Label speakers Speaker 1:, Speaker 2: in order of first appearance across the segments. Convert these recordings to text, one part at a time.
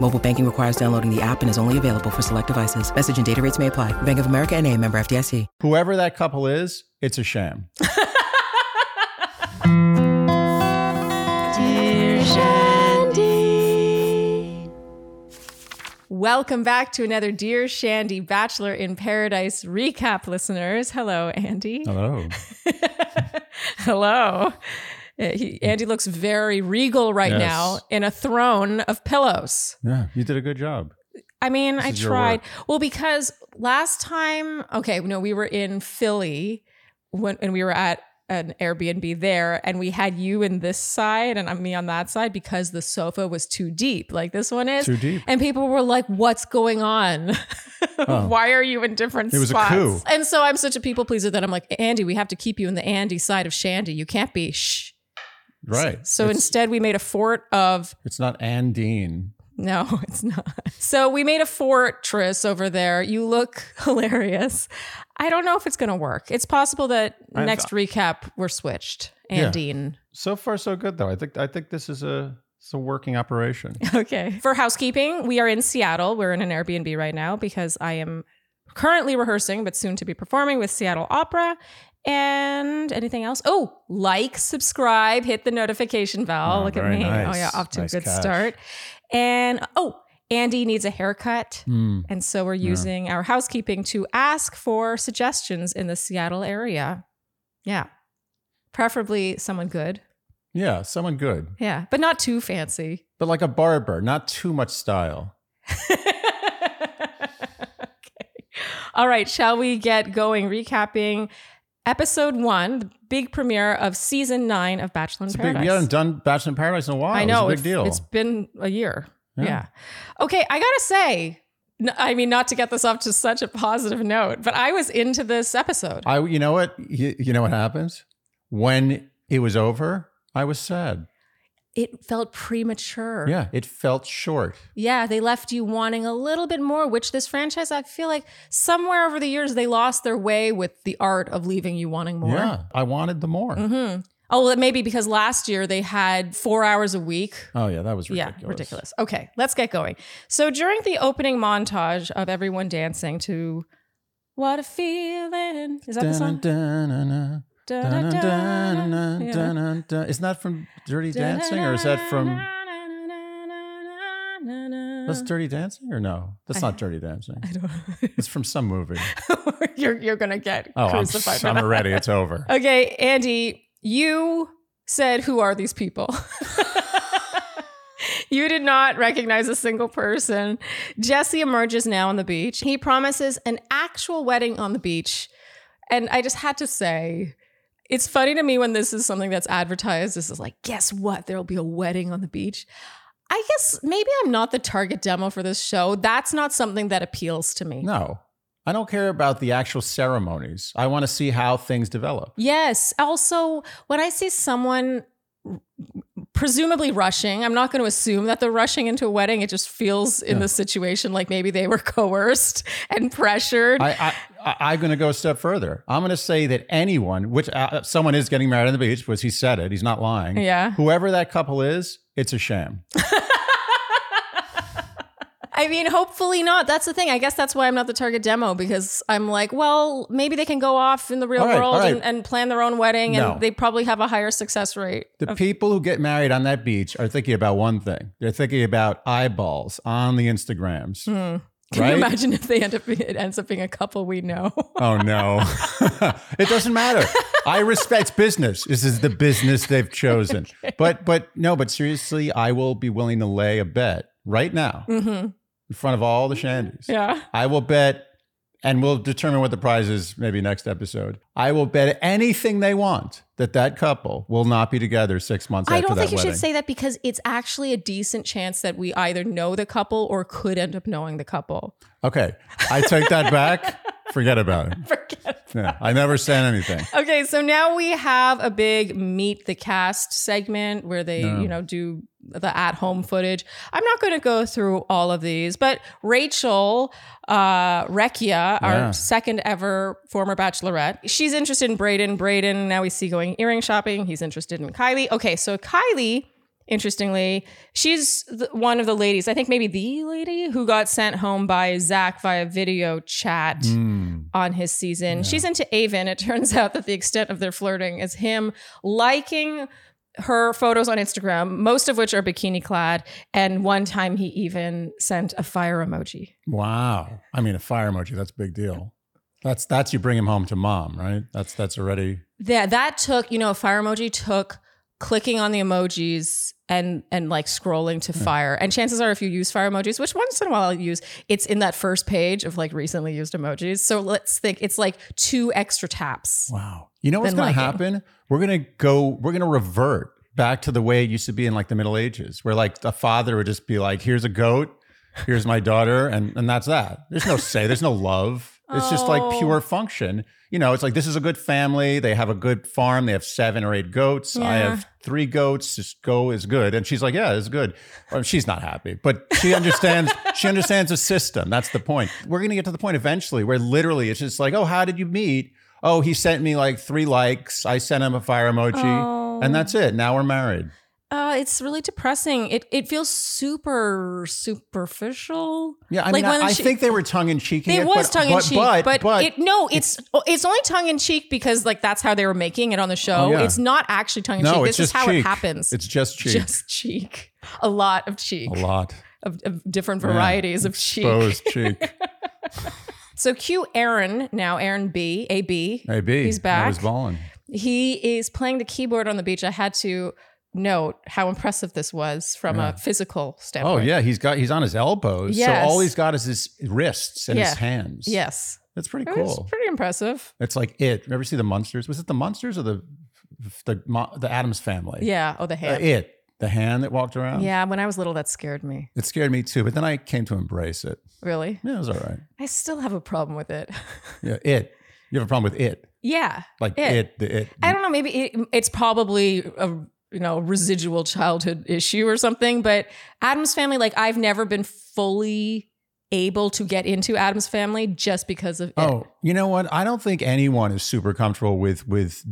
Speaker 1: Mobile banking requires downloading the app and is only available for select devices. Message and data rates may apply. Bank of America and a member FDIC.
Speaker 2: Whoever that couple is, it's a sham.
Speaker 3: Welcome back to another Dear Shandy Bachelor in Paradise recap, listeners. Hello, Andy.
Speaker 2: Hello.
Speaker 3: Hello. Uh, he- Andy looks very regal right
Speaker 2: Yes.
Speaker 3: now in a throne of pillows.
Speaker 2: Yeah, you did a good job.
Speaker 3: I mean, I
Speaker 2: is your
Speaker 3: tried.
Speaker 2: work.
Speaker 3: Well, because last time, okay, no, we were in Philly when and we were at an Airbnb there, and we had you in this side and me on that side because the sofa was too deep, like this one is.
Speaker 2: Too deep.
Speaker 3: And people were like, "What's going on? Why are you in different
Speaker 2: Oh. It was a
Speaker 3: spots?"
Speaker 2: coup.
Speaker 3: And so I'm such a people pleaser that I'm like, Andy, we have to keep you in the Andy side of Shandy. You can't be shh.
Speaker 2: Right.
Speaker 3: So
Speaker 2: it's,
Speaker 3: instead, we made a fort of
Speaker 2: it's not Andine.
Speaker 3: no, it's not. So we made a fortress over there. You look hilarious. I don't know if it's going to work. It's possible that
Speaker 2: I've-
Speaker 3: next recap we're switched.
Speaker 2: Yeah.
Speaker 3: Andine.
Speaker 2: So far, so good though. I think I think this is a it's a working operation.
Speaker 3: Okay. For housekeeping, we are in Seattle. We're in an Airbnb right now because I am currently rehearsing, but soon to be performing with Seattle Opera. And anything else? Oh, like, subscribe, hit the notification bell.
Speaker 2: Oh,
Speaker 3: Look at
Speaker 2: very
Speaker 3: me.
Speaker 2: nice.
Speaker 3: Oh, yeah, off to
Speaker 2: Nice
Speaker 3: a good
Speaker 2: catch.
Speaker 3: start. And oh, Andy needs a haircut.
Speaker 2: Hmm.
Speaker 3: And so we're using our housekeeping to ask for suggestions in the Seattle area. Yeah. Preferably someone good.
Speaker 2: Yeah, someone good,
Speaker 3: Yeah. But not too fancy.
Speaker 2: but like a barber, not too much style.
Speaker 3: okay. All right. Shall we get going recapping episode one, the big premiere of season nine of Bachelor in
Speaker 2: It's a big,
Speaker 3: Paradise?
Speaker 2: we haven't done Bachelor in Paradise in a while.
Speaker 3: I know.
Speaker 2: It's a big deal.
Speaker 3: It's been a year.
Speaker 2: Yeah.
Speaker 3: Yeah. Okay. I got to say, n- I mean, not to get this off to such a positive note, but I was into this episode.
Speaker 2: I, you know what, you, you know what happens when it was over. I was sad.
Speaker 3: it felt premature.
Speaker 2: Yeah, it felt short.
Speaker 3: Yeah, they left you wanting a little bit more, which this franchise, I feel like somewhere over the years, they lost their way with the art of leaving you wanting more.
Speaker 2: Yeah, I wanted the more.
Speaker 3: hmm Oh, well, maybe because last year they had four hours a week.
Speaker 2: Oh yeah, that was ridiculous.
Speaker 3: Yeah, ridiculous. Okay, let's get going. So during the opening montage of everyone dancing to What a Feeling, is that the song?
Speaker 2: Dun-dun-dun-dun-dun.
Speaker 3: Da-na-da-na-na. Yeah.
Speaker 2: Dun-dun-dun-dun-dun. Is that from Dirty Dancing or is that from that's Dirty Dancing or no? That's not Dirty Dancing.
Speaker 3: I don't.
Speaker 2: It's from some movie.
Speaker 3: you're you're gonna get
Speaker 2: Oh, I'm,
Speaker 3: crucified. for
Speaker 2: I'm
Speaker 3: that.
Speaker 2: already. It's over.
Speaker 3: Okay, Andy, you said who are these people? you did not recognize a single person. Jesse emerges now on the beach. He promises an actual wedding on the beach, and I just had to say. It's funny to me when this is something that's advertised. This is like, guess what? There'll be a wedding on the beach. I guess maybe I'm not the target demo for this show. That's not something that appeals to me.
Speaker 2: No, I don't care about the actual ceremonies. I want to see how things develop.
Speaker 3: Yes. Also, when I see someone presumably rushing, I'm not going to assume that they're rushing into a wedding. It just feels in
Speaker 2: Yeah.
Speaker 3: this situation like maybe they were coerced and pressured.
Speaker 2: I, I, I I'm going to go a step further. I'm going to say that anyone, which uh, someone is getting married on the beach, which he said it. He's not lying.
Speaker 3: Yeah.
Speaker 2: Whoever that couple is, it's a sham.
Speaker 3: I mean, hopefully not. That's the thing. I guess that's why I'm not the target demo because I'm like, well, maybe they can go off in the real
Speaker 2: All right,
Speaker 3: world
Speaker 2: all right.
Speaker 3: and, and plan their own wedding
Speaker 2: No.
Speaker 3: and they probably have a higher success rate.
Speaker 2: The people who get married on that beach are thinking about one thing. They're thinking about eyeballs on the Instagrams.
Speaker 3: Hmm. Can
Speaker 2: Right?
Speaker 3: you imagine if they end up being, it ends up being a couple we know?
Speaker 2: Oh no. it doesn't matter. I respect it's business. This is the business they've chosen. But but no, but seriously, I will be willing to lay a bet right now
Speaker 3: Mhm.
Speaker 2: in front of all the shandies.
Speaker 3: Yeah.
Speaker 2: I will bet, and we'll determine what the prize is maybe next episode. I will bet anything they want that that couple will not be together six months
Speaker 3: I
Speaker 2: after
Speaker 3: don't
Speaker 2: that
Speaker 3: think you
Speaker 2: wedding.
Speaker 3: should say that because it's actually a decent chance that we either know the couple or could end up knowing the couple.
Speaker 2: okay, I take that back. Forget about it.
Speaker 3: Forget.
Speaker 2: Yeah, I never said anything.
Speaker 3: Okay, so now we have a big meet the cast segment where they,
Speaker 2: No.
Speaker 3: you know, do the at home footage. I'm not going to go through all of these, but Rachel uh, Recchia,
Speaker 2: Yeah.
Speaker 3: our second ever former bachelorette, she's interested in Braden. Braden, now we see going earring shopping. He's interested in Kylie. Okay, so Kylie. Interestingly, she's the, one of the ladies, I think maybe the lady who got sent home by Zach via video chat
Speaker 2: Hmm.
Speaker 3: on his season. She's into Avon. It turns out that the extent of their flirting is him liking her photos on Instagram, most of which are bikini clad. And one time he even sent a fire emoji.
Speaker 2: Wow. I mean, a fire emoji, that's a big deal. That's that's you bring him home to mom, right? That's that's already
Speaker 3: That that took, you know, a fire emoji took clicking on the emojis and and like scrolling to fire. And chances are if you use fire emojis, which once in a while I'll use, it's in that first page of like recently used emojis. So let's think it's like two extra taps.
Speaker 2: wow. You know what's
Speaker 3: Been
Speaker 2: going to
Speaker 3: liking.
Speaker 2: happen? We're going to go we're going to revert back to the way it used to be in like the Middle Ages, where like the father would just be like, "Here's a goat, here's my daughter," and and that's that. There's no say, there's no love. It's just like
Speaker 3: Oh.
Speaker 2: pure function. You know, it's like this is a good family. They have a good farm. They have seven or eight goats. I
Speaker 3: Yeah.
Speaker 2: have three goats. Just go is good. And she's like, yeah, it's good. Well, she's not happy, but she understands. she understands the system. That's the point. We're gonna get to the point eventually where literally it's just like, oh, how did you meet? Oh, he sent me like three likes. I sent him a fire emoji, and
Speaker 3: Oh.
Speaker 2: that's it. Now we're married.
Speaker 3: Uh, it's really depressing. It it feels super superficial.
Speaker 2: Yeah, I
Speaker 3: Like
Speaker 2: mean,
Speaker 3: when
Speaker 2: I, I
Speaker 3: she-
Speaker 2: think they were tongue in cheek.
Speaker 3: It was tongue in cheek, but,
Speaker 2: but, but
Speaker 3: it no, it's oh, it's only tongue in cheek because like that's how they were making it on the show.
Speaker 2: Oh, yeah.
Speaker 3: It's not actually tongue in cheek.
Speaker 2: no, it's
Speaker 3: This is
Speaker 2: just
Speaker 3: how
Speaker 2: cheek.
Speaker 3: it happens.
Speaker 2: It's just cheek.
Speaker 3: just cheek, a lot of cheek,
Speaker 2: a lot.
Speaker 3: Of, of different varieties of cheek.
Speaker 2: Exposed cheek.
Speaker 3: So cue Aaron now, Aaron B, A B.
Speaker 2: Maybe
Speaker 3: He's
Speaker 2: I
Speaker 3: back.
Speaker 2: was balling.
Speaker 3: He is playing the keyboard on the beach. I had to note how impressive this was from a physical
Speaker 2: Oh
Speaker 3: standpoint.
Speaker 2: yeah, he's got he's on his elbows.
Speaker 3: Yes.
Speaker 2: So all he's got is his wrists and
Speaker 3: Yeah.
Speaker 2: his hands.
Speaker 3: Yes.
Speaker 2: that's pretty
Speaker 3: It was
Speaker 2: cool.
Speaker 3: pretty impressive.
Speaker 2: it's like it. You ever see the Munsters? Was it the Munsters or the the Mo- the Adams family?
Speaker 3: Yeah. Oh, the
Speaker 2: Uh,
Speaker 3: hand.
Speaker 2: it the hand that walked around.
Speaker 3: yeah. When I was little, that scared me.
Speaker 2: it scared me too. But then I came to embrace it.
Speaker 3: Really.
Speaker 2: Yeah, it was all right.
Speaker 3: I still have a problem with it.
Speaker 2: Yeah, it. You have a problem with it?
Speaker 3: yeah.
Speaker 2: Like
Speaker 3: It.
Speaker 2: it, the it.
Speaker 3: I don't know. Maybe it, it's probably a you know residual childhood issue or something. But Adam's Family, like I've never been fully able to get into Adam's Family just because of it.
Speaker 2: Oh, you know what? I don't think anyone is super comfortable with with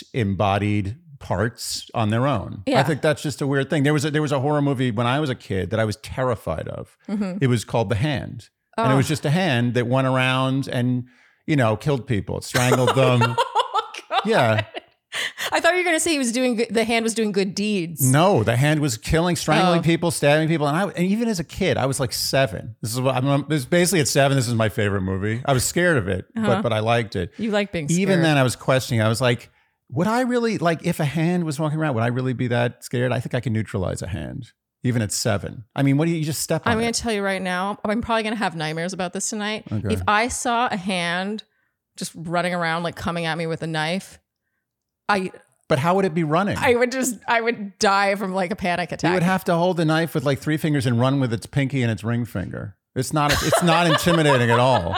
Speaker 2: disembodied parts on their own.
Speaker 3: Yeah.
Speaker 2: I think that's just a weird thing. There was a, there was a horror movie when I was a kid that I was terrified of.
Speaker 3: Mhm.
Speaker 2: It was called The Hand, and
Speaker 3: Oh.
Speaker 2: it was just a hand that went around and you know killed people, strangled them.
Speaker 3: Oh, God.
Speaker 2: yeah,
Speaker 3: I thought you were going to say he was doing good, the hand was doing good deeds.
Speaker 2: no, the hand was killing, strangling
Speaker 3: Oh.
Speaker 2: people, stabbing people, and I and even as a kid, I was like seven. This is what I'm. This basically at seven. This is my favorite movie. I was scared of it,
Speaker 3: Uh-huh.
Speaker 2: but but I liked it.
Speaker 3: You like being scared.
Speaker 2: even then I was questioning. I was like, would I really like if a hand was walking around, would I really be that scared? I think I can neutralize a hand. Even at seven. I mean, what do you, you just step on
Speaker 3: I'm going
Speaker 2: it?
Speaker 3: to tell you right now, I'm probably going to have nightmares about this tonight.
Speaker 2: Okay.
Speaker 3: If I saw a hand just running around, like coming at me with a knife, I
Speaker 2: but how would it be running?
Speaker 3: I would just I would die from like a panic
Speaker 2: you
Speaker 3: attack.
Speaker 2: would have to hold the knife with like three fingers and run with its pinky and its ring finger. It's not it's not intimidating at all.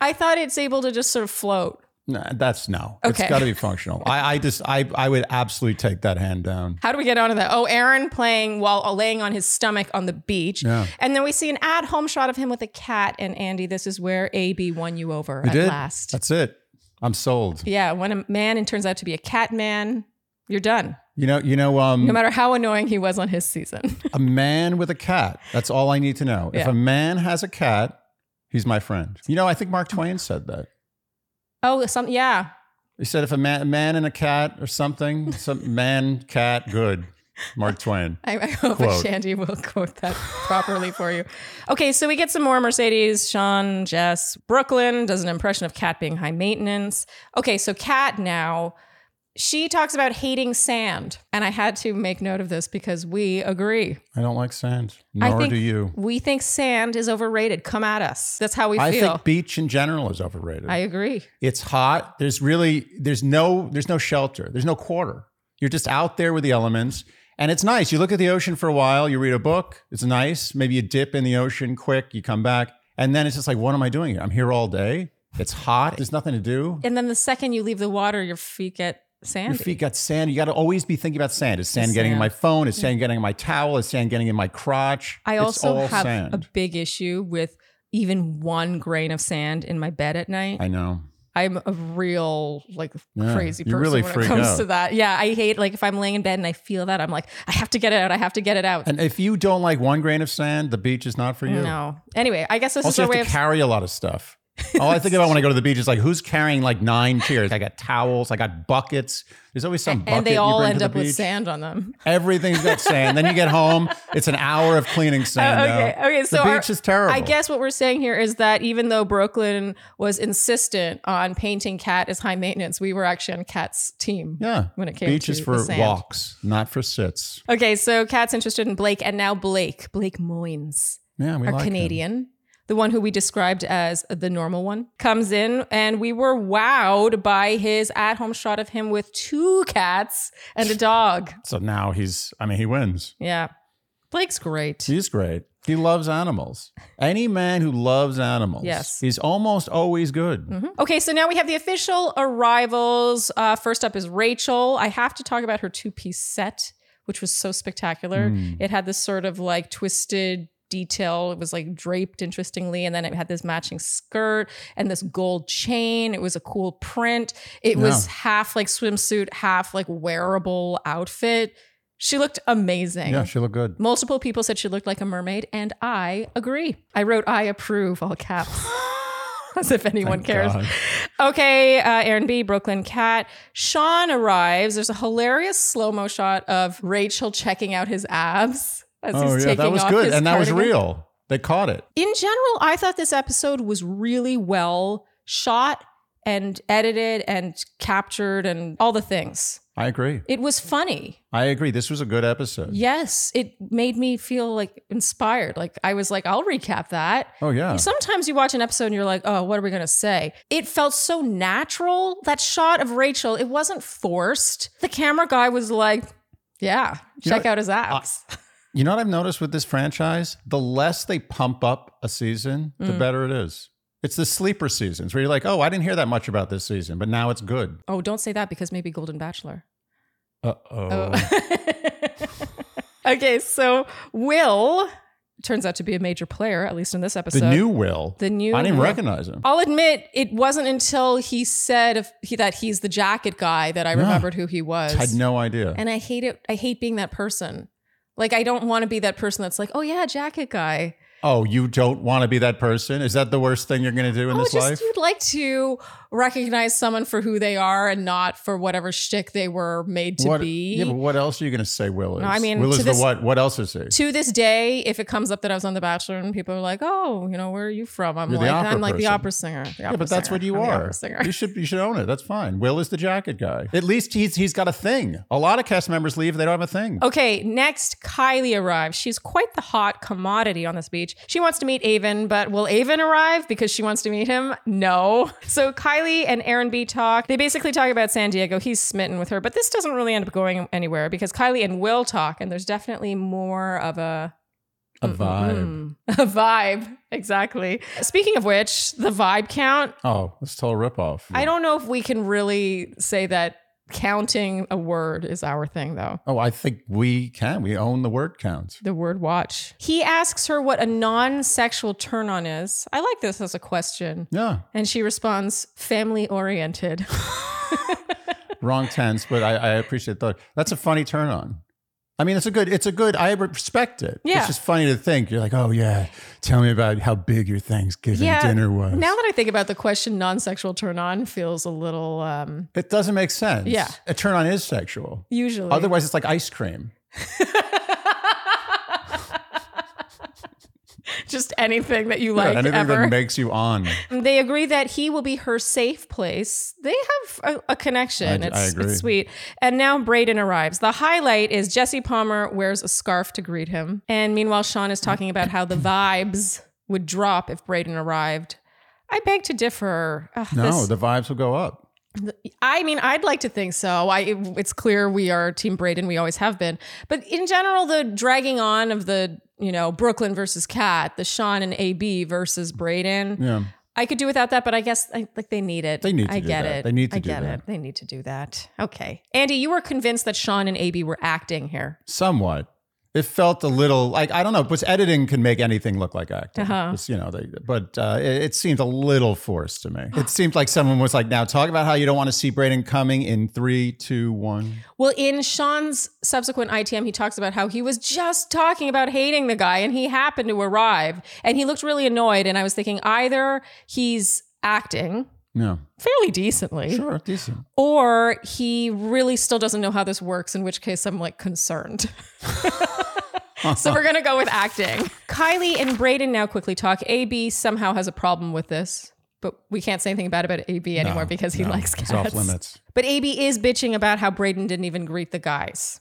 Speaker 3: I thought it's able to just sort of float.
Speaker 2: No, that's no.
Speaker 3: Okay.
Speaker 2: It's gotta be functional. I, I just I I would absolutely take that hand down.
Speaker 3: How do we get onto that? Oh, Aaron playing while uh, laying on his stomach on the beach.
Speaker 2: Yeah.
Speaker 3: And then we see an at home shot of him with a cat. And Andy, this is where AB won you over
Speaker 2: You
Speaker 3: at
Speaker 2: did?
Speaker 3: last.
Speaker 2: That's it. I'm sold.
Speaker 3: yeah, when a man and turns out to be a cat man, you're done.
Speaker 2: You know, you know, um
Speaker 3: No matter how annoying he was on his season.
Speaker 2: a man with a cat. That's all I need to know. If
Speaker 3: Yeah.
Speaker 2: a man has a cat, he's my friend. You know, I think Mark Twain said that.
Speaker 3: oh, some yeah.
Speaker 2: He said if a man, a man and a cat or something, some man, cat, good. Mark Twain.
Speaker 3: I, I hope
Speaker 2: Quote.
Speaker 3: Shandy will quote that properly for you. Okay, so we get some more Mercedes, Sean, Jess. Brooklyn does an impression of Kat being high maintenance. Okay, so Kat now, she talks about hating sand. And I had to make note of this because we agree.
Speaker 2: I don't like sand.
Speaker 3: I
Speaker 2: Nor
Speaker 3: think
Speaker 2: do you.
Speaker 3: We think sand is overrated. Come at us. That's how we
Speaker 2: I
Speaker 3: feel.
Speaker 2: think beach in general is overrated.
Speaker 3: I agree.
Speaker 2: it's hot. There's really there's no there's no shelter. There's no quarter. You're just out there with the elements. And it's nice. You look at the ocean for a while, you read a book, it's nice. Maybe you dip in the ocean quick, you come back, and then it's just like, what am I doing here? I'm here all day. It's hot. There's nothing to do.
Speaker 3: And then the second you leave the water, your feet get sandy.
Speaker 2: Your feet got sand. You got to always be thinking about sand. Is sand
Speaker 3: It's
Speaker 2: getting in
Speaker 3: sand.
Speaker 2: my phone? Is sand getting in my towel? Is sand getting in my crotch?
Speaker 3: I
Speaker 2: It's
Speaker 3: also
Speaker 2: all
Speaker 3: have
Speaker 2: sand.
Speaker 3: a big issue with even one grain of sand in my bed at night.
Speaker 2: I know.
Speaker 3: I'm a real like
Speaker 2: Yeah,
Speaker 3: crazy
Speaker 2: you
Speaker 3: person
Speaker 2: really
Speaker 3: when it
Speaker 2: freak
Speaker 3: comes
Speaker 2: out.
Speaker 3: to that. Yeah, I hate like if I'm laying in bed and I feel that I'm like I have to get it out. I have to get it out.
Speaker 2: And if you don't like one grain of sand, the beach is not for you.
Speaker 3: No. Anyway, I guess this
Speaker 2: also,
Speaker 3: is
Speaker 2: you
Speaker 3: our way
Speaker 2: have
Speaker 3: of
Speaker 2: to carry a lot of stuff. All I think about when I go to the beach is like, who's carrying like nine chairs? I got towels, I got buckets. There's always some bucket.
Speaker 3: and they
Speaker 2: you
Speaker 3: all
Speaker 2: bring to
Speaker 3: end
Speaker 2: the
Speaker 3: up with
Speaker 2: beach.
Speaker 3: sand on them.
Speaker 2: Everything's got sand. then you get home, it's an hour of cleaning sand.
Speaker 3: Oh, okay,
Speaker 2: out.
Speaker 3: okay, so
Speaker 2: the
Speaker 3: our-
Speaker 2: beach is terrible.
Speaker 3: I guess what we're saying here is that even though Brooklyn was insistent on painting Cat as high maintenance, we were actually on Cat's team.
Speaker 2: Yeah,
Speaker 3: when it came
Speaker 2: beach
Speaker 3: to
Speaker 2: is
Speaker 3: the
Speaker 2: for
Speaker 3: sand.
Speaker 2: walks, not for sits.
Speaker 3: Okay, so Kat's interested in Blake, and now Blake, Blake Moynes,
Speaker 2: Yeah, we
Speaker 3: our
Speaker 2: like him.
Speaker 3: Canadian, the one who we described as the normal one, comes in, and we were wowed by his at home shot of him with two cats and a dog.
Speaker 2: So now he's. I mean, he wins.
Speaker 3: Yeah. Blake's great.
Speaker 2: He's great. He loves animals. Any man who loves animals,
Speaker 3: Yes.
Speaker 2: is almost always good.
Speaker 3: Mhm. Okay, so now we have the official arrivals. Uh, first up is Rachel. I have to talk about her two piece set, which was so spectacular.
Speaker 2: Mm.
Speaker 3: It had this sort of like twisted detail. It was like draped interestingly, and then it had this matching skirt and this gold chain. It was a cool print. It was half like swimsuit, half like wearable outfit. She looked amazing.
Speaker 2: Yeah, she looked good.
Speaker 3: Multiple people said she looked like a mermaid, and I agree. I wrote I approve all caps. As if anyone
Speaker 2: Thank
Speaker 3: cares.
Speaker 2: God.
Speaker 3: Okay, uh, Aaron B, Brooklyn Cat. Sean arrives. There's a hilarious slow mo shot of Rachel checking out his abs as he's taking
Speaker 2: Oh, that was
Speaker 3: off
Speaker 2: good,
Speaker 3: his
Speaker 2: and that was
Speaker 3: cardigan.
Speaker 2: real. They caught it.
Speaker 3: In general, I thought this episode was really well shot and edited and captured and all the things.
Speaker 2: I agree.
Speaker 3: It was funny.
Speaker 2: I agree. This was a good episode.
Speaker 3: Yes, it made me feel like inspired. Like I was like, I'll recap that.
Speaker 2: Oh yeah.
Speaker 3: Sometimes you watch an episode and you're like, oh, what are we going to say? It felt so natural. That shot of Rachel, it wasn't forced. The camera guy was like, yeah,
Speaker 2: You
Speaker 3: check
Speaker 2: know,
Speaker 3: out his abs.
Speaker 2: You know what I've noticed with this franchise? The less they pump up a season, the
Speaker 3: Mm.
Speaker 2: better it is. It's the sleeper seasons where you're like, oh, I didn't hear that much about this season, but now it's good.
Speaker 3: oh, don't say that because maybe Golden Bachelor.
Speaker 2: Uh oh.
Speaker 3: okay, so Will turns out to be a major player, at least in this episode.
Speaker 2: The new Will.
Speaker 3: The new
Speaker 2: I didn't
Speaker 3: Will.
Speaker 2: recognize him.
Speaker 3: I'll admit it wasn't until he said if he, that he's the jacket guy that I
Speaker 2: Yeah.
Speaker 3: remembered who he was.
Speaker 2: Had no idea.
Speaker 3: and I hate it. I hate being that person. Like I don't want to be that person that's like, oh yeah, jacket guy.
Speaker 2: Oh, you don't want to be that person? Is that the worst thing you're going to do in
Speaker 3: oh,
Speaker 2: this
Speaker 3: just
Speaker 2: life?
Speaker 3: you'd like to recognize someone for who they are and not for whatever shtick they were made to
Speaker 2: What-
Speaker 3: be.
Speaker 2: Yeah, but what else are you going to say Will is?
Speaker 3: No, I mean,
Speaker 2: Will
Speaker 3: to
Speaker 2: is
Speaker 3: this-
Speaker 2: the what? What else is he?
Speaker 3: to this day, if it comes up that I was on The Bachelor and people are like, "Oh, you know, where are you from?" I'm
Speaker 2: You're the
Speaker 3: like,
Speaker 2: opera
Speaker 3: "I'm like the
Speaker 2: person."
Speaker 3: opera singer." The
Speaker 2: Yeah,
Speaker 3: opera
Speaker 2: but that's
Speaker 3: singer.
Speaker 2: what you
Speaker 3: I'm the
Speaker 2: are.
Speaker 3: opera singer.
Speaker 2: You should you should own it. That's fine. Will is the jacket guy. At least he's he's got a thing. A lot of cast members leave. They don't have a thing.
Speaker 3: Okay, next, Kylie arrives. She's quite the hot commodity on this beach. She wants to meet Avon, but will Avon arrive because she wants to meet him? No. So Kylie and Aaron B talk. They basically talk about San Diego. He's smitten with her, but this doesn't really end up going anywhere because Kylie and Will talk, and there's definitely more of a
Speaker 2: A vibe.
Speaker 3: Mm, a vibe. Exactly. Speaking of which, the vibe count.
Speaker 2: Oh, that's a total ripoff.
Speaker 3: I don't know if we can really say that counting a word is our thing, though.
Speaker 2: Oh, I think we can. We own the word count.
Speaker 3: The word watch. He asks her what a non sexual turn on is. I like this as a question.
Speaker 2: Yeah,
Speaker 3: And she responds, family oriented.
Speaker 2: wrong tense, but I, I appreciate that. That's a funny turn on. I mean, it's a good. It's a good. I respect it.
Speaker 3: Yeah.
Speaker 2: It's just funny to think. You're like, oh yeah, tell me about how big your Thanksgiving dinner was.
Speaker 3: Now that I think about the question, non sexual turn on feels a little um,
Speaker 2: it doesn't make sense.
Speaker 3: Yeah.
Speaker 2: a turn on is sexual.
Speaker 3: usually.
Speaker 2: Otherwise, it's like ice cream.
Speaker 3: Just anything that you
Speaker 2: Yeah,
Speaker 3: like
Speaker 2: anything
Speaker 3: ever.
Speaker 2: that makes you on.
Speaker 3: They agree that he will be her safe place. They have a, a connection.
Speaker 2: I- I
Speaker 3: it's,
Speaker 2: agree.
Speaker 3: it's sweet. And now Braden arrives. The highlight is Jesse Palmer wears a scarf to greet him. And meanwhile, Sean is talking about how the vibes would drop if Braden arrived. I beg to differ. Ugh,
Speaker 2: No,
Speaker 3: this-
Speaker 2: the vibes will go up.
Speaker 3: I mean, I'd like to think so. I it's clear we are Team Braden. We always have been. But in general, the dragging on of the you know Brooklyn versus Cat, the Sean and AB versus Braden.
Speaker 2: Yeah.
Speaker 3: I could do without that, but I guess I, like they need it.
Speaker 2: They need to
Speaker 3: I
Speaker 2: do
Speaker 3: get
Speaker 2: that.
Speaker 3: it.
Speaker 2: They need to
Speaker 3: I
Speaker 2: do
Speaker 3: get
Speaker 2: that.
Speaker 3: it. They need to do that. Okay, Andy, you were convinced that Sean and AB were acting here.
Speaker 2: somewhat. It felt a little like I don't know. Because editing can make anything look like acting.
Speaker 3: Uh-huh.
Speaker 2: It's, you know, they, but uh, it, it seemed a little forced to me. It seemed like someone was like, "Now talk about how you don't want to see Braden coming in three, two, one."
Speaker 3: Well, in Sean's subsequent ITM, he talks about how he was just talking about hating the guy and he happened to arrive and he looked really annoyed. And I was thinking either he's acting
Speaker 2: No,
Speaker 3: fairly decently
Speaker 2: sure, decent.
Speaker 3: or he really still doesn't know how this works, in which case I'm like concerned. so we're going to go with acting. Kylie and Braden now quickly talk. AB somehow has a problem with this. But we can't say anything bad about AB anymore
Speaker 2: No,
Speaker 3: because he
Speaker 2: no,
Speaker 3: likes cats.
Speaker 2: It's off limits.
Speaker 3: But AB is bitching about how Braden didn't even greet the guys.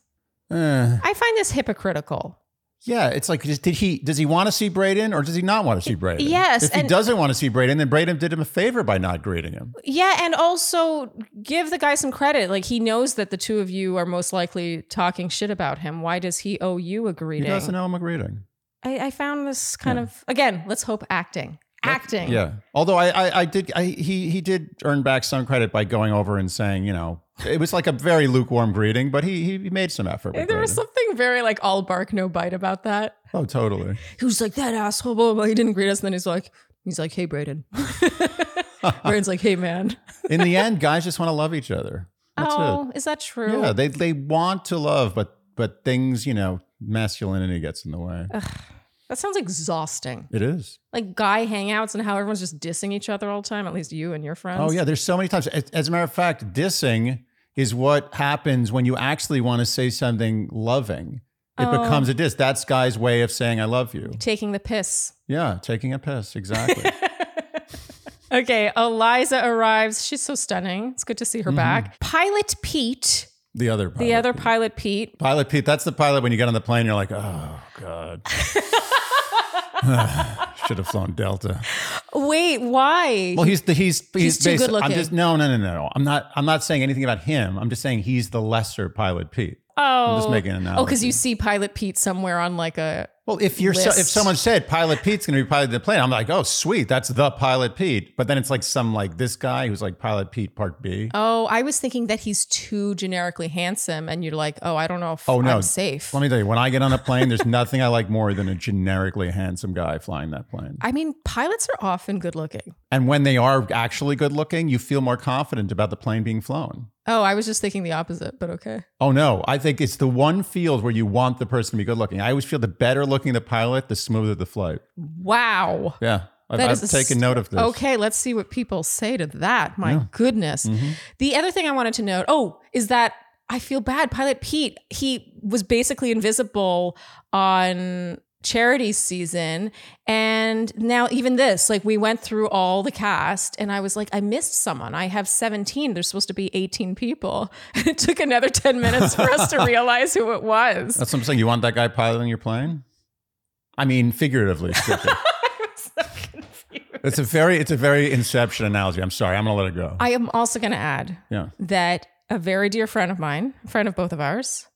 Speaker 2: Eh.
Speaker 3: I find this hypocritical.
Speaker 2: yeah, it's like, just- did he? Does he want to see Braden, or does he not want to see Braden?
Speaker 3: yes,
Speaker 2: If he
Speaker 3: and-
Speaker 2: doesn't want to see Braden, then Braden did him a favor by not greeting him.
Speaker 3: Yeah, and also give the guy some credit. Like he knows that the two of you are most likely talking shit about him. Why does he owe you a
Speaker 2: He
Speaker 3: greeting?
Speaker 2: doesn't owe him a greeting.
Speaker 3: I, I found this kind
Speaker 2: Yeah.
Speaker 3: of again. Let's hope acting, acting.
Speaker 2: Yeah. Although I, I, I did, I, he, he did earn back some credit by going over and saying, you know, it was like a very lukewarm greeting, but he, he made some effort. With
Speaker 3: There was
Speaker 2: Braden.
Speaker 3: something very like all bark no bite about that.
Speaker 2: oh, totally.
Speaker 3: He was like that asshole. Blah, blah, blah. He didn't greet us, and then he's like, he's like, hey, Braden. Braden's like, hey, man.
Speaker 2: In the end, guys just want to love each other. That's
Speaker 3: oh, is that
Speaker 2: it.
Speaker 3: true?
Speaker 2: Yeah. They, they want to love, but, but things, you know, masculinity gets in the way.
Speaker 3: that sounds exhausting.
Speaker 2: It is.
Speaker 3: Like guy hangouts and how everyone's just dissing each other all the time. At least you and your friends.
Speaker 2: Oh yeah. There's so many times. As, as a matter of fact, dissing is what happens when you actually want to say something loving. It
Speaker 3: Oh.
Speaker 2: becomes a diss. That's guy's way of saying I love you.
Speaker 3: taking the piss.
Speaker 2: Yeah, taking a piss. Exactly.
Speaker 3: Okay, Eliza arrives. She's so stunning. It's good to see her back. Pilot Pete,
Speaker 2: The other Mm-hmm. pilot.
Speaker 3: the other pilot Pete.
Speaker 2: pilot Pete. That's the pilot when you get on the plane, you're like, oh God. Should have flown Delta.
Speaker 3: Wait, why?
Speaker 2: Well, he's the he's he's,
Speaker 3: He's too
Speaker 2: basi-
Speaker 3: good-looking.
Speaker 2: I'm just no no no no no. I'm not I'm not saying anything about him. I'm just saying he's the lesser pilot Pete.
Speaker 3: oh,
Speaker 2: I'm just making an
Speaker 3: Oh, because
Speaker 2: analogy.
Speaker 3: you see Pilot Pete somewhere on like a.
Speaker 2: Well, if you're so, if
Speaker 3: List.
Speaker 2: someone said pilot Pete's going to be piloting the plane, I'm like, oh sweet, that's the pilot Pete. But then it's like some like this guy who's like pilot Pete Part B.
Speaker 3: Oh, I was thinking that he's too generically handsome, and you're like, oh, I don't know if
Speaker 2: Oh, no.
Speaker 3: I'm safe.
Speaker 2: Let me tell you, when I get on a plane, there's nothing I like more than a generically handsome guy flying that plane.
Speaker 3: I mean, pilots are often good looking.
Speaker 2: And when they are actually good looking, you feel more confident about the plane being flown.
Speaker 3: Oh, I was just thinking the opposite, but okay.
Speaker 2: Oh no, I think it's the one field where you want the person to be good looking. I always feel the better looking the pilot, the smoother the flight.
Speaker 3: Wow.
Speaker 2: Yeah. I've,
Speaker 3: That
Speaker 2: I've
Speaker 3: is a
Speaker 2: taken
Speaker 3: st-
Speaker 2: note of this.
Speaker 3: Okay, let's see what people say to that. My
Speaker 2: Mm-hmm.
Speaker 3: goodness. The other thing I wanted to note, oh, is that I feel bad. Pilot Pete, he was basically invisible on charity season. And now even this, like we went through all the cast and I was like, I missed someone. I have 17. There's supposed to be 18 people. it took another 10 minutes for us to realize who it was.
Speaker 2: That's what I'm saying. You want that guy piloting your plane? I mean, figuratively speaking. It's a very, it's a very inception analogy. I'm sorry, I'm gonna let it go.
Speaker 3: I am also going to add
Speaker 2: yeah.
Speaker 3: that a very dear friend of mine, a friend of both of ours,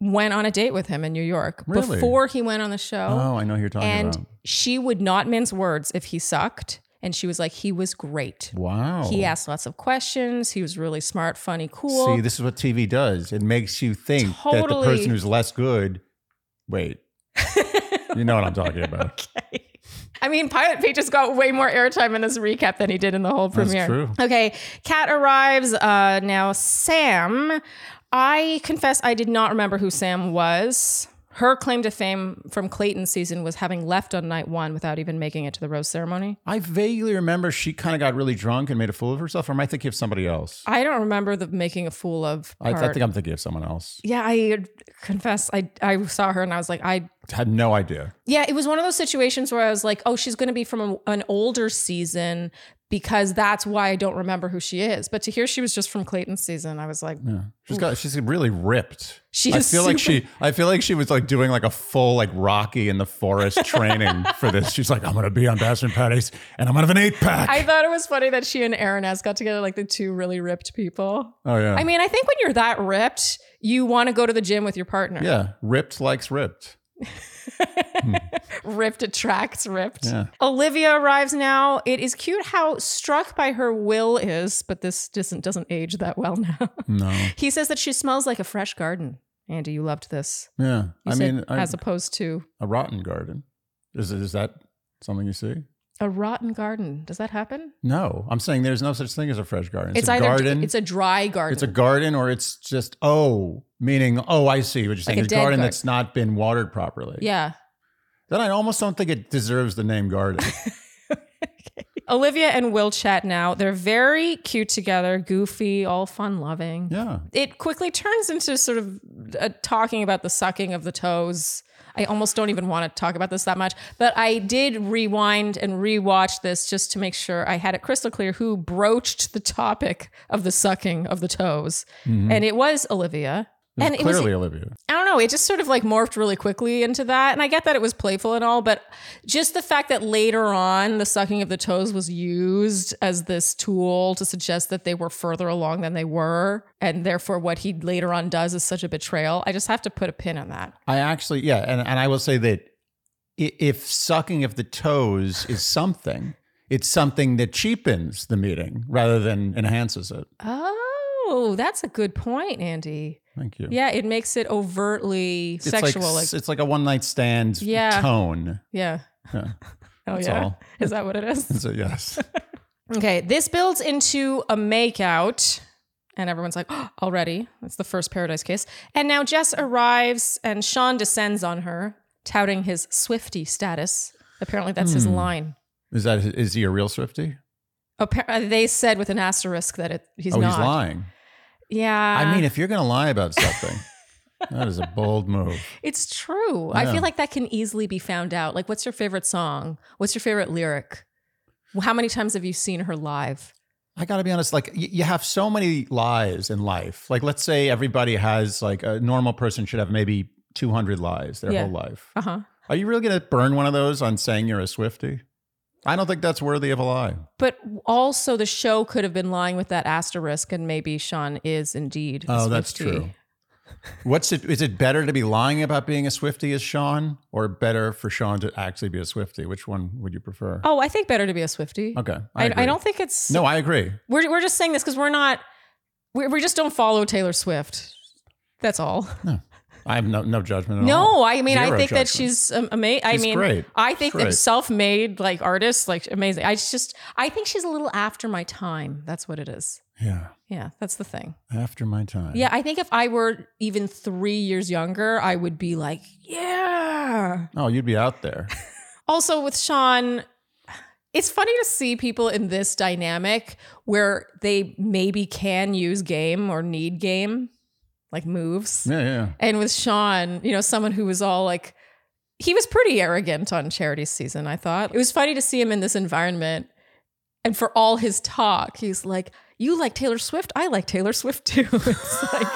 Speaker 3: went on a date with him in New York
Speaker 2: Really?
Speaker 3: before he went on the show.
Speaker 2: Oh, I know who you're talking
Speaker 3: and
Speaker 2: about.
Speaker 3: she would not mince words if he sucked. And she was like, he was great.
Speaker 2: Wow.
Speaker 3: He asked lots of questions. He was really smart, funny, cool.
Speaker 2: See, this is what TV does. It makes you think that the
Speaker 3: Totally.
Speaker 2: person who's less good. Wait, you know what I'm talking about.
Speaker 3: I mean, Pilot Pete just got way more airtime in this recap than he did in the whole
Speaker 2: That's
Speaker 3: premiere.
Speaker 2: true.
Speaker 3: Okay, Kat arrives. Uh, now, Sam. I confess I did not remember who Sam was. Her claim to fame from Clayton season was having left on night one without even making it to the rose ceremony.
Speaker 2: I vaguely remember she kind of got really drunk and made a fool of herself, or am I thinking of somebody else?
Speaker 3: I don't remember the making a fool of.
Speaker 2: I, I
Speaker 3: part.
Speaker 2: think I'm thinking of someone else.
Speaker 3: yeah, I confess, I I saw her and I was like, I
Speaker 2: Had no idea.
Speaker 3: Yeah, it was one of those situations where I was like, oh, she's going to be from a, an older season because that's why I don't remember who she is. But to hear she was just from Clayton's season, I was like,
Speaker 2: Yeah. She's got she's really ripped.
Speaker 3: She
Speaker 2: I
Speaker 3: is
Speaker 2: feel like
Speaker 3: super-
Speaker 2: she I feel like she was like doing like a full like Rocky in the forest training for this. She's like, I'm gonna be on Bastion Patties and I'm gonna have an eight pack.
Speaker 3: I thought it was funny that she and Aaron S got together, like the two really ripped people.
Speaker 2: oh yeah.
Speaker 3: I mean, I think when you're that ripped, you want to go to the gym with your partner.
Speaker 2: yeah. Ripped likes ripped.
Speaker 3: ripped attracts ripped.
Speaker 2: Yeah.
Speaker 3: Olivia arrives now. It is cute how struck by her will is, but this doesn't doesn't age that well now.
Speaker 2: No.
Speaker 3: he says that she smells like a fresh garden. Andy, you loved this.
Speaker 2: Yeah.
Speaker 3: You
Speaker 2: I
Speaker 3: said
Speaker 2: mean I-
Speaker 3: as opposed to
Speaker 2: a rotten garden. Is is that something you see?
Speaker 3: a rotten garden. Does that happen?
Speaker 2: No. I'm saying there's no such thing as a fresh garden. It's, a
Speaker 3: either
Speaker 2: garden.
Speaker 3: it's a dry garden.
Speaker 2: It's a garden or it's just oh, meaning oh, I see what you're saying.
Speaker 3: a
Speaker 2: It's
Speaker 3: dead
Speaker 2: a garden
Speaker 3: garden.
Speaker 2: that's not been watered properly.
Speaker 3: yeah.
Speaker 2: Then I almost don't think it deserves the name garden.
Speaker 3: Olivia and Will chat now. They're very cute together, goofy, all fun loving.
Speaker 2: yeah.
Speaker 3: It quickly turns into sort of uh, talking about the sucking of the toes. I almost don't even want to talk about this that much, but I did rewind and rewatch this just to make sure I had it crystal clear who broached the topic of the sucking of the toes. And it was
Speaker 2: Mm-hmm.
Speaker 3: Olivia.
Speaker 2: It was
Speaker 3: and it was
Speaker 2: clearly Olivia.
Speaker 3: I don't know. It just sort of like morphed really quickly into that. And I get that it was playful and all, but just the fact that later on the sucking of the toes was used as this tool to suggest that they were further along than they were. And therefore, what he later on does is such a betrayal. I just have to put a pin on that.
Speaker 2: I actually, yeah, and, and I will say that i- if sucking of the toes is something, it's something that cheapens the meeting rather than enhances it.
Speaker 3: Oh, that's a good point, Andy.
Speaker 2: Thank you.
Speaker 3: Yeah, it makes it overtly
Speaker 2: It's
Speaker 3: sexual.
Speaker 2: like,
Speaker 3: Like,
Speaker 2: s- it's like a one night stand
Speaker 3: Yeah.
Speaker 2: tone.
Speaker 3: yeah.
Speaker 2: Yeah.
Speaker 3: Oh,
Speaker 2: That's
Speaker 3: yeah.
Speaker 2: all.
Speaker 3: Is that what it is?
Speaker 2: So yes,
Speaker 3: Okay, this builds into a makeout, and everyone's like, oh, already. That's the first paradise kiss. And now Jess arrives, and Sean descends on her, touting his Swifty status. Apparently, that's his
Speaker 2: Hmm.
Speaker 3: line.
Speaker 2: is that is he a real Swifty?
Speaker 3: Appar- they said with an asterisk that it, he's
Speaker 2: oh,
Speaker 3: not. Uh,
Speaker 2: he's lying.
Speaker 3: Yeah,
Speaker 2: I mean, if you're gonna lie about something, that is a bold move.
Speaker 3: it's true. I
Speaker 2: Yeah.
Speaker 3: feel like that can easily be found out. Like, what's your favorite song? What's your favorite lyric? How many times have you seen her live?
Speaker 2: I gotta be honest, like y- you have so many lies in life. Like, let's say everybody has like a normal person should have maybe 200 lies their
Speaker 3: Yeah.
Speaker 2: whole life.
Speaker 3: Uh huh.
Speaker 2: Are you really going to burn one of those on saying you're a Swifty? I don't think that's worthy of a lie.
Speaker 3: But also, the show could have been lying with that asterisk, and maybe Sean is indeed. a
Speaker 2: Oh, that's
Speaker 3: Swiftie.
Speaker 2: true. What's it? Is it better to be lying about being a Swifty as Sean, or better for Sean to actually be a Swifty? Which one would you prefer?
Speaker 3: Oh, I think better to be a Swifty.
Speaker 2: okay,
Speaker 3: I, I,
Speaker 2: agree.
Speaker 3: don't think it's.
Speaker 2: No, I agree.
Speaker 3: we're, we're just saying this because we're not. We, we just don't follow Taylor Swift. That's all.
Speaker 2: I have no no judgment at all.
Speaker 3: No, I mean, I
Speaker 2: Zero
Speaker 3: think that
Speaker 2: judgment.
Speaker 3: she's um, amazing. I
Speaker 2: She's
Speaker 3: mean,
Speaker 2: great.
Speaker 3: I think
Speaker 2: She's
Speaker 3: that
Speaker 2: great.
Speaker 3: self-made like artists, like amazing. I just, I think she's a little after my time. That's what it is.
Speaker 2: Yeah,
Speaker 3: Yeah, that's the thing.
Speaker 2: after my time.
Speaker 3: Yeah, I think if I were even three years younger, I would be like, yeah.
Speaker 2: Oh, you'd be out there.
Speaker 3: Also, with Sean, it's funny to see people in this dynamic where they maybe can use game or need game, like moves.
Speaker 2: Yeah, yeah.
Speaker 3: And with Sean, you know, someone who was all like, he was pretty arrogant on charity season, I thought. It was funny to see him in this environment. And for all his talk, he's like, You like Taylor Swift? I like Taylor Swift too. it's like,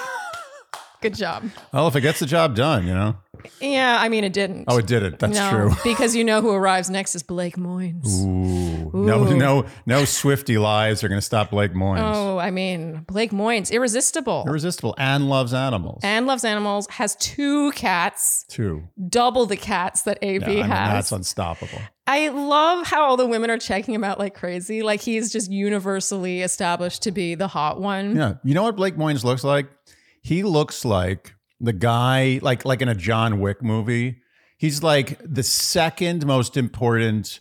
Speaker 3: good job.
Speaker 2: Well, if it gets the job done, you know.
Speaker 3: Yeah, I mean, it didn't.
Speaker 2: Oh, it did it. That's
Speaker 3: no,
Speaker 2: true.
Speaker 3: because you know who arrives next is Blake Moynes.
Speaker 2: Ooh. No,
Speaker 3: Ooh.
Speaker 2: no, no. Swifty lies are going to stop Blake Moynes.
Speaker 3: Oh, I mean, Blake Moynes, irresistible.
Speaker 2: Irresistible and loves animals
Speaker 3: and loves animals, has two cats,
Speaker 2: too.
Speaker 3: double the cats that
Speaker 2: Yeah,
Speaker 3: AV
Speaker 2: I mean,
Speaker 3: has.
Speaker 2: that's unstoppable.
Speaker 3: I love how all the women are checking him out like crazy. Like he's just universally established to be the hot one.
Speaker 2: Yeah, you know what Blake Moynes looks like? He looks like the guy, like like in a John Wick movie. He's like the second most important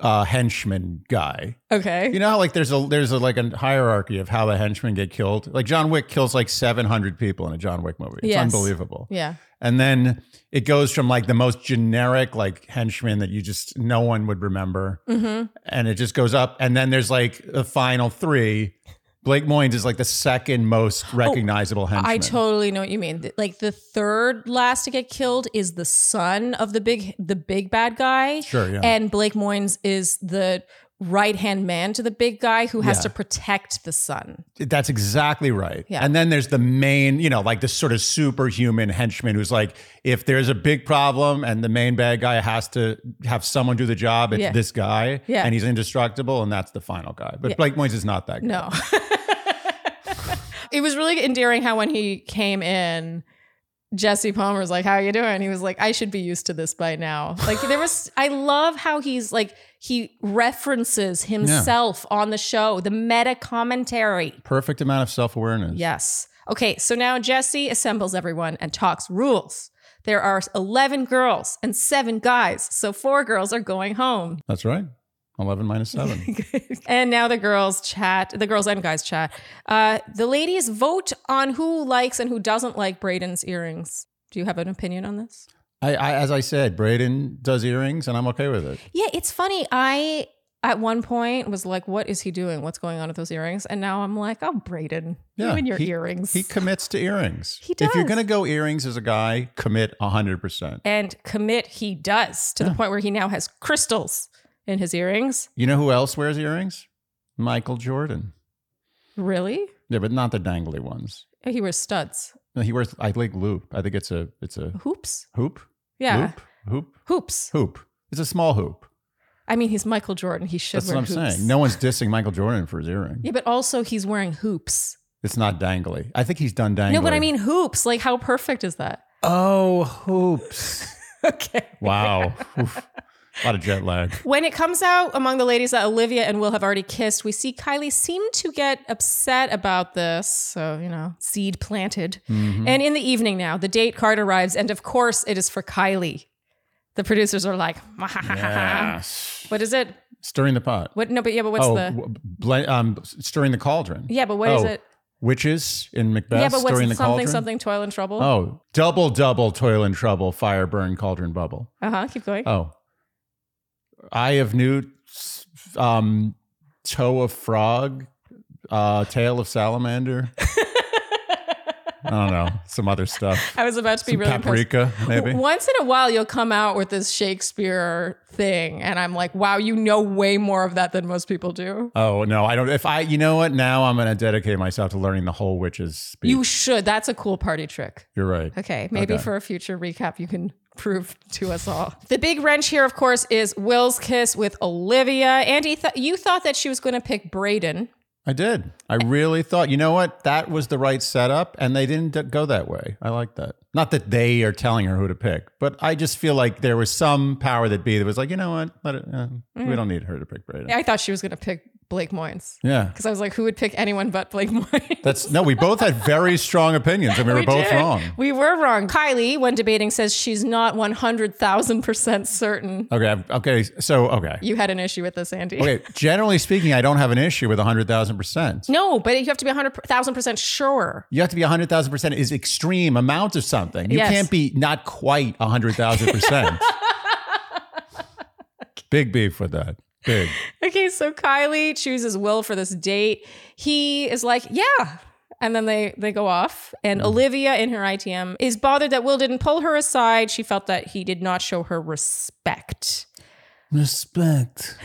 Speaker 2: uh, henchman guy.
Speaker 3: Okay.
Speaker 2: You know how like there's a there's a like a hierarchy of how the henchmen get killed. Like John Wick kills like 700 people in a John Wick movie. It's
Speaker 3: Yes.
Speaker 2: unbelievable.
Speaker 3: yeah.
Speaker 2: And then it goes from like the most generic like henchman that you just no one would remember,
Speaker 3: Mm-hmm.
Speaker 2: and it just goes up. And then there's like the final three. Blake Moynes is like the second most recognizable henchman.
Speaker 3: Oh, I totally know what you mean. Th- Like the third last to get killed is the son of the big the big bad guy.
Speaker 2: Sure, yeah.
Speaker 3: And Blake Moynes is the right hand man to the big guy who has
Speaker 2: Yeah.
Speaker 3: to protect the son.
Speaker 2: That's exactly right.
Speaker 3: Yeah.
Speaker 2: And then there's the main, you know, like this sort of superhuman henchman who's like, if there's a big problem and the main bad guy has to have someone do the job, it's
Speaker 3: Yeah.
Speaker 2: this guy.
Speaker 3: Yeah.
Speaker 2: And he's indestructible, and that's the final guy. But Blake Moynes is not that guy.
Speaker 3: No. it was really endearing how when he came in, Jesse Palmer was like, How you doing? He was like, I should be used to this by now. Like there was I love how he's like he references himself on the show, the meta commentary.
Speaker 2: Perfect amount of self awareness.
Speaker 3: Yes. Okay, so now Jesse assembles everyone and talks rules. There are 11 girls and seven guys, so four girls are going home.
Speaker 2: That's right. 11 minus 7.
Speaker 3: and now the girls chat, the girls and guys chat. Uh, the ladies vote on who likes and who doesn't like Braden's earrings. Do you have an opinion on this?
Speaker 2: I, I, as I said, Braden does earrings, and I'm okay with it.
Speaker 3: Yeah, it's funny. I at one point was like, "What is he doing? What's going on with those earrings?" And now I'm like, "Oh, Braden,
Speaker 2: Yeah,
Speaker 3: you and your
Speaker 2: he-
Speaker 3: earrings."
Speaker 2: He commits to earrings.
Speaker 3: He
Speaker 2: If you're
Speaker 3: does.
Speaker 2: going to go earrings as a guy, commit 100%.
Speaker 3: and commit he does to the point where he now has crystals in his earrings.
Speaker 2: You know who else wears earrings? Michael Jordan.
Speaker 3: Really?
Speaker 2: Yeah, but not the dangly ones.
Speaker 3: He wears studs.
Speaker 2: No, he wears I like loop. I think it's a it's a
Speaker 3: Hoops?
Speaker 2: hoop.
Speaker 3: Yeah.
Speaker 2: Hoop. Hoop.
Speaker 3: Hoops.
Speaker 2: Hoop. It's a small hoop.
Speaker 3: I mean, he's Michael Jordan. He should
Speaker 2: That's
Speaker 3: wear
Speaker 2: what I'm
Speaker 3: hoops.
Speaker 2: saying. No one's dissing Michael Jordan for his earring.
Speaker 3: Yeah, but also he's wearing hoops.
Speaker 2: It's not dangly. I think he's done dangly.
Speaker 3: No, but I mean hoops. Like, how perfect is that?
Speaker 2: Oh, hoops.
Speaker 3: Okay.
Speaker 2: wow. Oof. A lot of jet lag.
Speaker 3: When it comes out among the ladies that Olivia and Will have already kissed, we see Kylie seem to get upset about this. So, you know, seed planted.
Speaker 2: Mm.
Speaker 3: And in the evening now, the date card arrives, and of course, it is for Kylie. The producers are like,
Speaker 2: Yes.
Speaker 3: what is it?
Speaker 2: Stirring the pot.
Speaker 3: What? No, but yeah, but what's
Speaker 2: oh,
Speaker 3: the?
Speaker 2: w- bl- um, stirring the cauldron.
Speaker 3: yeah, but what is
Speaker 2: oh,
Speaker 3: it?
Speaker 2: Witches in Macbeth.
Speaker 3: yeah, but what's
Speaker 2: stirring
Speaker 3: it?
Speaker 2: the
Speaker 3: something
Speaker 2: cauldron.
Speaker 3: something toil and trouble?
Speaker 2: Oh, double, double toil and trouble, fire, burn, cauldron, bubble.
Speaker 3: Uh huh. Keep going.
Speaker 2: Oh, eye of newt, s- um, toe of frog, uh, tail of salamander. I don't know, some other stuff.
Speaker 3: I was about to be
Speaker 2: Some
Speaker 3: really impressed.
Speaker 2: paprika, maybe.
Speaker 3: W- Once in a while, you'll come out with this Shakespeare thing, and I'm like, wow, you know way more of that than most people do.
Speaker 2: Oh no, I don't. If I, you know what? Now I'm going to dedicate myself to learning the whole witches speech.
Speaker 3: You should. That's a cool party trick.
Speaker 2: You're right.
Speaker 3: Okay, maybe
Speaker 2: Okay.
Speaker 3: for a future recap, you can prove to us all. The big wrench here, of course, is Will's kiss with Olivia. Andy, th- you thought that she was going to pick Braden.
Speaker 2: I did. I really thought, you know what? That was the right setup, and they didn't d- go that way. I like that. Not that they are telling her who to pick, but I just feel like there was some power that be that was like, you know what? Let it, uh,
Speaker 3: Mm.
Speaker 2: We don't need her to pick Brayden.
Speaker 3: I thought she was going to pick Blake Moynes
Speaker 2: yeah.
Speaker 3: because I was like, who would pick anyone but Blake Moynes?
Speaker 2: That's no, we both had very strong opinions and we were both
Speaker 3: did.
Speaker 2: wrong.
Speaker 3: We were wrong. Kylie, when debating, says she's not 100,000% certain.
Speaker 2: Okay. I've- Okay. So, okay.
Speaker 3: You had an issue with this, Andy.
Speaker 2: Okay. Generally speaking, I don't have an issue with 100,000%.
Speaker 3: No, but you have to be 100,000% sure.
Speaker 2: You have to be 100,000% is extreme amount of something. You
Speaker 3: Yes.
Speaker 2: can't be not quite 100,000%. Big beef with that. Big.
Speaker 3: Okay, so Kylie chooses Will for this date. He is like, yeah. And then they they go off. And Olivia in her ITM is bothered that Will didn't pull her aside. She felt that he did not show her respect.
Speaker 2: Respect.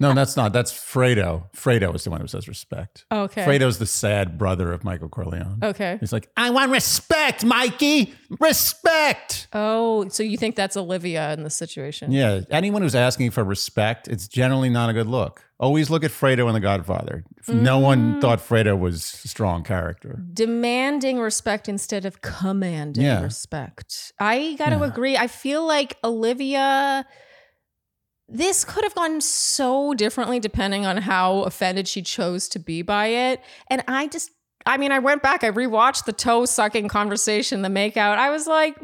Speaker 2: no, that's not. That's Fredo. Fredo is the one who says respect.
Speaker 3: Okay.
Speaker 2: Fredo's the sad brother of Michael Corleone.
Speaker 3: Okay.
Speaker 2: He's like, I want respect, Mikey. Respect.
Speaker 3: Oh, so you think that's Olivia in this situation?
Speaker 2: Yeah. Anyone who's asking for respect, it's generally not a good look. Always look at Fredo in The Godfather. No
Speaker 3: Mm.
Speaker 2: one thought Fredo was a strong character.
Speaker 3: demanding respect instead of commanding
Speaker 2: Yeah.
Speaker 3: respect. I got to agree. I feel like Olivia this could have gone so differently depending on how offended she chose to be by it. And I just I mean, I went back, I rewatched the toe sucking conversation, the makeout. I was like,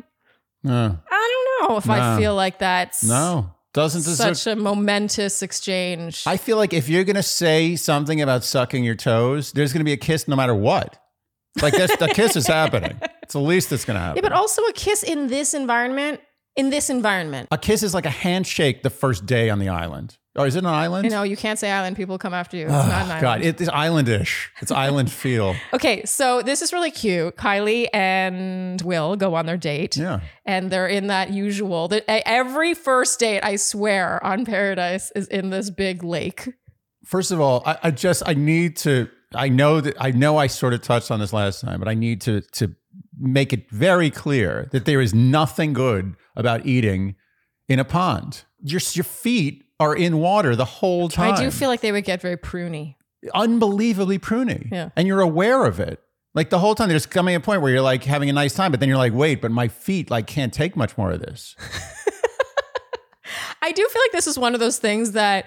Speaker 2: No.
Speaker 3: I don't know if I
Speaker 2: No.
Speaker 3: feel like that's
Speaker 2: No. Doesn't deserve.
Speaker 3: Such a momentous exchange.
Speaker 2: I feel like if you're gonna say something about sucking your toes, there's gonna be a kiss no matter what. Like this, the kiss is happening. It's the least that's gonna happen.
Speaker 3: yeah, but also a kiss in this environment. In this environment,
Speaker 2: a kiss is like a handshake the first day on the island. Oh, is it an island? Ah,
Speaker 3: you know, you can't say island. People come after you. It's not an island.
Speaker 2: God, it is islandish. It's island feel.
Speaker 3: Okay, so this is really cute. Kylie and Will go on their date.
Speaker 2: Yeah.
Speaker 3: And they're in that usual. the- e- Every first date, I swear, on Paradise is in this big lake.
Speaker 2: First of all, I, I just I need to. I know that I know I sort of touched on this last time, but I need to to make it very clear that there is nothing good about eating in a pond. Your your feet are in water the whole time.
Speaker 3: I do feel like they would get very pruny.
Speaker 2: unbelievably pruny.
Speaker 3: Yeah.
Speaker 2: And you're aware of it. Like the whole time, there's coming a point where you're like having a nice time, but then you're like, wait, but my feet like can't take much more of this.
Speaker 3: I do feel like this is one of those things that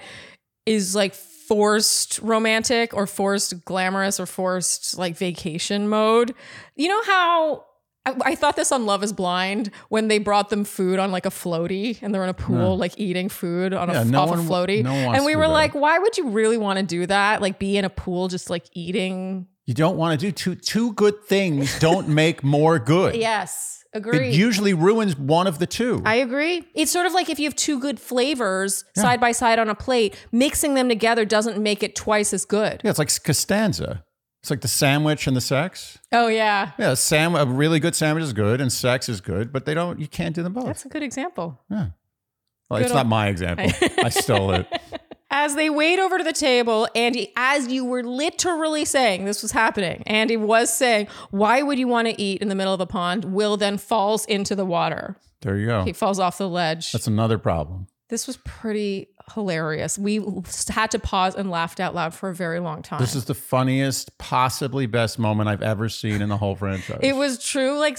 Speaker 3: is like forced romantic or forced glamorous or forced like vacation mode. You know how I, I thought this on Love is Blind when they brought them food on like a floaty and they're in a pool like eating food on
Speaker 2: Yeah,
Speaker 3: a,
Speaker 2: no
Speaker 3: off
Speaker 2: one
Speaker 3: a
Speaker 2: w-
Speaker 3: floaty.
Speaker 2: no one wants
Speaker 3: and we
Speaker 2: to do
Speaker 3: were
Speaker 2: that.
Speaker 3: like, why would you really want to do that? Like be in a pool just like eating.
Speaker 2: You don't want to do two two good things. Don't make more good.
Speaker 3: Yes, agree.
Speaker 2: It usually ruins one of the two.
Speaker 3: I agree. It's sort of like if you have two good flavors side by side on a plate, mixing them together doesn't make it twice as good.
Speaker 2: yeah, it's like Costanza. It's like the sandwich and the sex.
Speaker 3: Oh yeah.
Speaker 2: Yeah, a, sam- a really good sandwich is good and sex is good, but they don't. You can't do them both.
Speaker 3: That's a good example.
Speaker 2: Well, it's
Speaker 3: good
Speaker 2: not
Speaker 3: old-
Speaker 2: my example. I stole it.
Speaker 3: As they wade over to the table, Andy, as you were literally saying this was happening, Andy was saying, Why would you want to eat in the middle of a pond? Will then falls into the water.
Speaker 2: There you go.
Speaker 3: He falls off the ledge.
Speaker 2: That's another problem.
Speaker 3: this was pretty hilarious. We had to pause and laughed out loud for a very long time.
Speaker 2: This is the funniest, possibly best moment I've ever seen in the whole franchise.
Speaker 3: it was true, like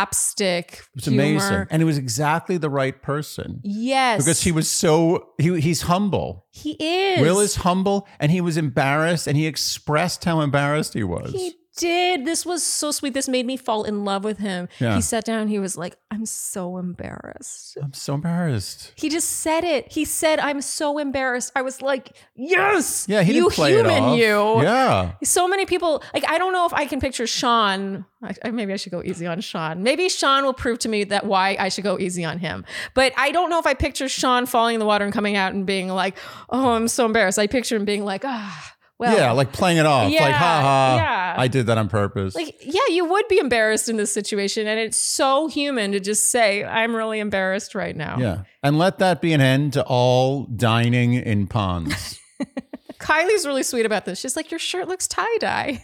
Speaker 3: slapstick.
Speaker 2: It's
Speaker 3: humor.
Speaker 2: amazing. And it was exactly the right person.
Speaker 3: Yes.
Speaker 2: Because he was so he, he's humble.
Speaker 3: He is.
Speaker 2: Will is humble and he was embarrassed and he expressed how embarrassed he was.
Speaker 3: He did. This was so sweet. This made me fall in love with him.
Speaker 2: Yeah.
Speaker 3: He sat down. He was like, I'm so embarrassed.
Speaker 2: I'm so embarrassed.
Speaker 3: He just said it. He said, I'm so embarrassed. I was like, yes.
Speaker 2: Yeah, he
Speaker 3: you
Speaker 2: didn't play
Speaker 3: human,
Speaker 2: it off.
Speaker 3: you.
Speaker 2: Yeah.
Speaker 3: So many people, like, I don't know if I can picture Sean. I, I- maybe I should go easy on Sean. Maybe Sean will prove to me that why I should go easy on him. But I don't know if I picture Sean falling in the water and coming out and being like, oh, I'm so embarrassed. I picture him being like, ah, well.
Speaker 2: yeah, like playing it off.
Speaker 3: Yeah,
Speaker 2: like, ha ha.
Speaker 3: yeah.
Speaker 2: I did that on purpose.
Speaker 3: like yeah you would be embarrassed in this situation and it's so human to just say i'm really embarrassed right now
Speaker 2: yeah. And let that be an end to all dining in ponds.
Speaker 3: kylie's really sweet about this she's like your shirt looks tie-dye